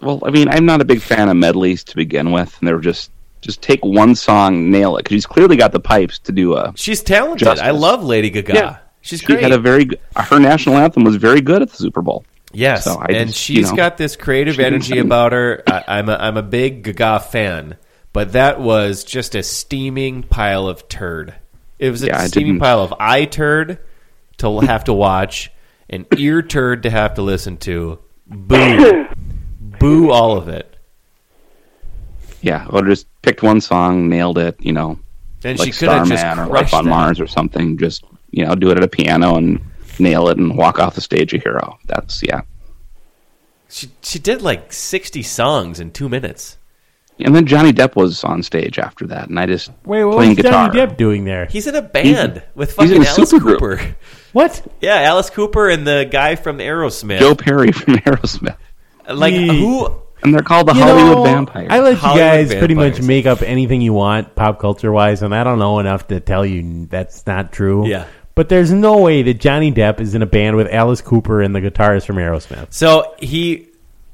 C: Well, I mean, I'm not a big fan of medleys to begin with, and they're just just take one song, nail it, because he's clearly got the pipes to do a.
A: She's talented.
C: Justice.
A: I love Lady Gaga.
C: Yeah.
A: She's
C: She
A: great.
C: had a very good, her national anthem was very good at the Super Bowl.
A: yes,
C: so I
A: and
C: just,
A: she's
C: you know,
A: got this creative
C: she didn't
A: energy
C: sing.
A: about her. I, I'm a, I'm a big Gaga fan, but that was just a steaming pile of turd. It was a
C: Yeah, I
A: steaming
C: didn't-
A: pile of eye turd to have to watch, an ear turd to have to listen to. Boo, boo, all of it.
C: Yeah, or just picked one song, nailed it. You know,
A: And she
C: like
A: could have just
C: Starman or
A: crushed
C: Life on
A: it.
C: Mars or something. Just you know, do it at a piano and nail it, and walk off the stage a hero. That's yeah.
A: She she did like sixty songs in two minutes.
C: And then Johnny Depp was on stage after that, and I just
B: Wait, what
C: playing
B: was
C: guitar.
B: Johnny Depp doing there?
A: He's in a band with
C: he's
A: fucking
C: in a
A: Alice
C: supergroup.
A: Cooper.
B: What?
A: Yeah, Alice Cooper and the guy from Aerosmith.
C: Joe Perry from Aerosmith,
A: Like
B: Ye-
A: who?
C: and they're called the Hollywood Vampires.
B: I let
A: Hollywood
B: you guys pretty much
A: vampires.
B: make up anything you want pop culture wise, and I don't know enough to tell you that's not true.
A: Yeah.
B: But there's no way that Johnny Depp is in a band with Alice Cooper and the guitarist from Aerosmith.
A: So he,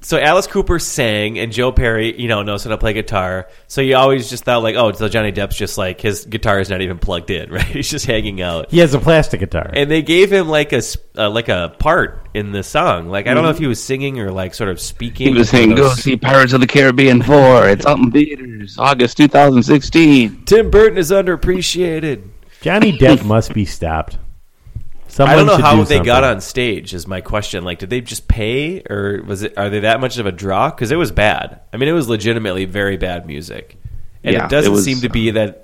A: so Alice Cooper sang, and Joe Perry, you know, knows how to play guitar. So you always just thought like, oh, so Johnny Depp's just like his guitar is not even plugged in, right? He's just hanging out.
B: He has a plastic guitar.
A: And they gave him like a s- uh, like a part in the song. Like I don't know if he was singing or like sort of speaking.
C: He was saying, "Go see Pirates of the Caribbean 4. It's out in theaters, August 2016."
A: Tim Burton is underappreciated.
B: Johnny Depp must be stopped. Someone
A: I don't know
B: should
A: how
B: do
A: they got
B: something.
A: on stage. Is my question. Like, did they just pay, or was it? Are they that much of a draw? Because it was bad. I mean, it was legitimately very bad music, and
C: Yeah,
A: it doesn't
C: it was- uh,
A: seem to be that.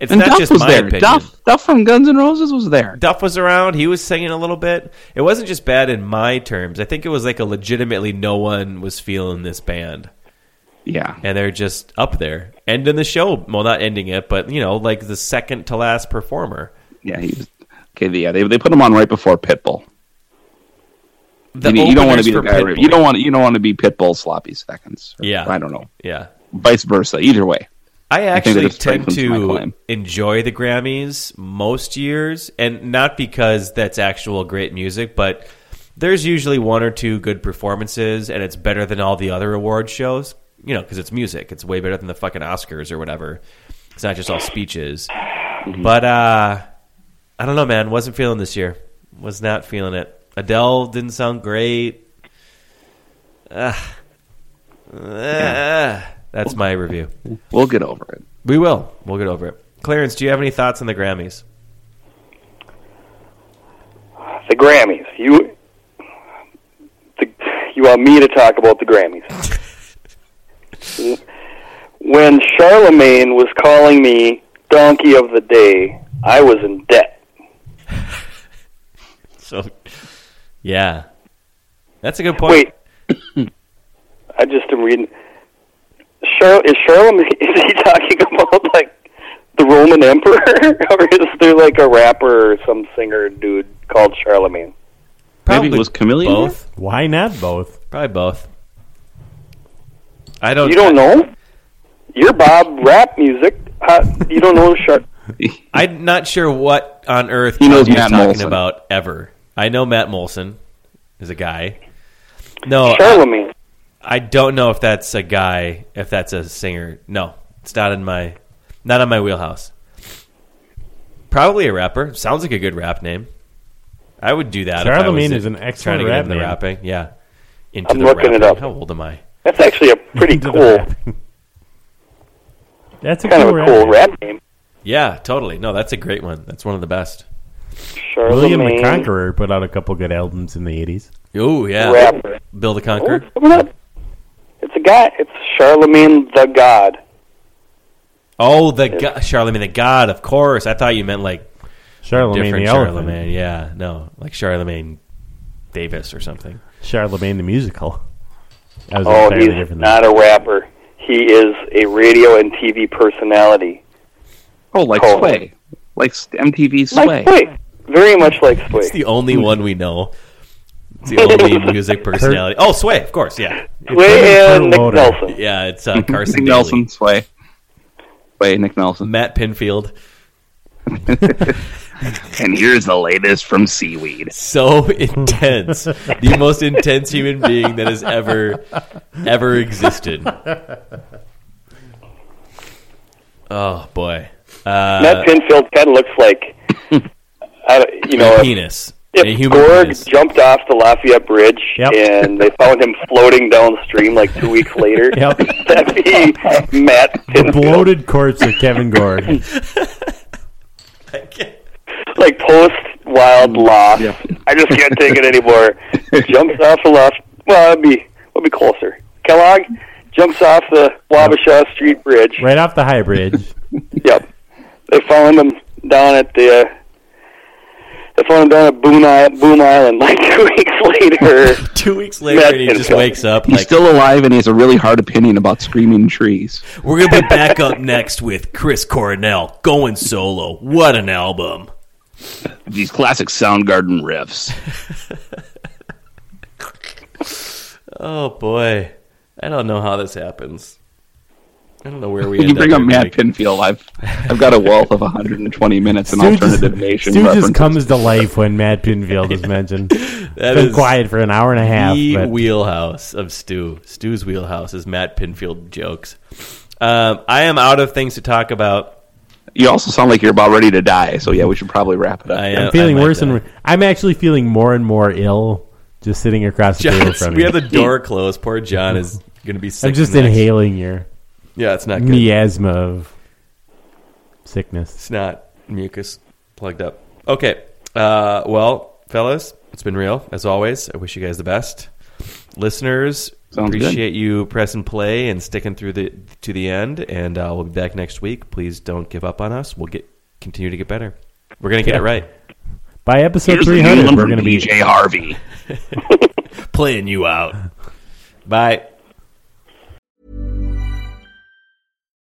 A: It's
C: And
A: not
C: Duff
A: just
C: was
A: my
C: there.
A: opinion.
C: Duff, Duff from Guns N' Roses was there.
A: Duff was around. He was singing a little bit. It wasn't just bad in my terms. I think it was like a legitimately no one was feeling this band,
C: Yeah,
A: and they're just up there ending the show. Well, not ending it, but you know, like the second to last performer.
C: yeah. He was, okay, yeah. They, they put him on right before Pitbull.
A: The
C: you, you don't want
A: openers
C: to be the
A: for
C: guy.
A: Pitbull.
C: You don't want you don't want to be Pitbull sloppy seconds. Or-
A: Yeah.
C: I don't know.
A: Yeah.
C: Vice versa. Either way,
A: I
C: think that
A: actually
C: it
A: tend
C: strengthens my
A: to
C: claim.
A: enjoy the Grammys most years, and not because that's actual great music, but there's usually one or two good performances, and it's better than all the other award shows, you know, because it's music. It's way better than the fucking Oscars or whatever. It's not just all speeches. But uh, I don't know, man. Wasn't feeling this year. Was not feeling it. Adele didn't sound great. Ugh. Ah. That's my review.
C: we'll get over it.
A: We will. We'll get over it. Clarence, do you have any thoughts on the Grammys?
D: The Grammys. You the, you want me to talk about the Grammys? when Charlemagne was calling me donkey of the day, I was in debt.
A: So, yeah, that's a good point.
D: Wait. I just am reading. Char- is Charlemagne is he talking about like the Roman Emperor, or is there like a rapper or some singer dude called Charlemagne?
C: Maybe it was Chameleon.
A: both.
B: Why not both?
A: Probably both. I don't.
D: You don't know? You're Bob rap music. Uh, you don't know Char-
A: I'm not sure what on earth
C: He knows
A: Kanye's
C: Matt
A: talking
C: Molson.
A: about ever. I know Matt Molson is a guy. No,
D: Charlemagne.
A: I don't know if that's a guy. If that's a singer, no, it's not in my, not on my wheelhouse. Probably a rapper. Sounds like a good rap name. I would do that. if I was
B: Charlemagne
A: it-
B: is an
A: trying
B: excellent
A: to get
B: rap
A: into the
B: name.
A: rapping. Yeah, into
D: I'm
A: the
D: looking
A: rapping.
D: it up.
A: How old am I?
D: That's actually a pretty
B: Into the
D: cool,
B: rap. That's a
D: kind
B: cool,
D: of a
B: rap.
D: cool rap name.
A: Yeah, totally. No, that's a great one. That's one of the best.
B: William the
D: Charlemagne
B: Conqueror put out a couple good albums in the 80s.
A: Oh yeah,
D: rapper.
A: Bill the
D: Oh,
A: Conqueror.
D: look at that. It's a guy. It's Charlemagne the God.
A: Oh, the go- Charlemagne the God. Of course. I thought you meant like
B: Charlemagne
A: different
B: the
A: Charlemagne.
B: Elephant.
A: Yeah, no, like Charlemagne Davis or something.
B: Charlemagne the Musical. That was
D: Oh,
B: entirely
D: he's
B: different. than-
D: not a rapper. He is a radio and TV personality.
C: Oh, like
D: Cool.
C: Sway. like MTV Sway.
D: Like Sway. Very much like Sway.
A: It's the only one we know. It's the only music personality. Oh, Sway, of course. Yeah,
D: Sway and Nick
B: Perlmutter.
D: Nelson.
A: yeah. It's uh, Carson
C: Nick
A: Daly,
C: Nelson Sway. Sway Nick Nelson.
A: Matt Pinfield.
C: And here's the latest from Seaweed.
A: So intense, the most intense human being that has ever ever existed. Oh boy, Uh,
D: Matt Pinfield kind of looks like, I, don't- you know,
A: a
D: if-
A: penis.
D: if,
A: a human
D: Gorg
A: penis.
D: jumped off the Lafayette Bridge
B: Yep.
D: and they found him floating downstream like two weeks later,
B: Yep.
D: that'd be Matt
B: The
D: Pinfield.
B: bloated corpse of Kevin Gord.
D: like post wild loss. I just can't take it anymore. jumps off the left. Well, it'd be it'd be closer. Kellogg jumps off the Wabasha Street Bridge.
B: right off the high bridge.
D: Yep, they found him down at the. Uh, they found him down at Boone, I- Boom Island like two weeks later.
A: Two weeks later,
D: Matt
A: and he just
D: Pinfield.
A: wakes up
C: He's
A: like
C: still alive, and he has a really hard opinion about screaming trees.
A: We're gonna be back up next with Chris Cornell going solo. What an album!
C: These classic Soundgarden riffs.
A: Oh boy, I don't know how this happens. I don't know where we.
C: When
A: End
C: you bring up
A: every
C: Matt
A: week.
C: Pinfield, I've I've got a wealth of 120 minutes in
B: Stu
C: alternative
B: just,
C: nation
B: Stu
C: references.
B: just comes to life when Matt Pinfield is mentioned.
A: That
B: Been
A: is
B: quiet for an hour and a half.
A: the
B: But
A: wheelhouse of Stu. Stu's wheelhouse is Matt Pinfield jokes. Um, I am out of things to talk about.
C: You also sound like you're about ready to die. So yeah, we should probably wrap it up.
A: I am
B: I'm feeling
A: I might
B: worse
A: die.
B: and I'm actually feeling more and more ill just sitting across the table
A: John's,
B: from
A: we
B: you.
A: have the door closed. Poor John is going to be sick.
B: I'm just
A: for the next-
B: inhaling your
A: Yeah, it's not good.
B: miasma of sickness.
A: It's not mucus plugged up. Okay. Uh, well, fellas, it's been real as always. I wish you guys the best. Listeners,
C: Sounds good.
A: appreciate you pressing play and sticking through the to the end. And uh, we'll be back next week. Please don't give up on us. We'll get continue to get better. We're gonna get it right.
B: By episode
C: Here's the new
B: 300,
C: one
B: we're
C: from
B: going to be
C: BJ Harvey.
A: Playing you out. Bye.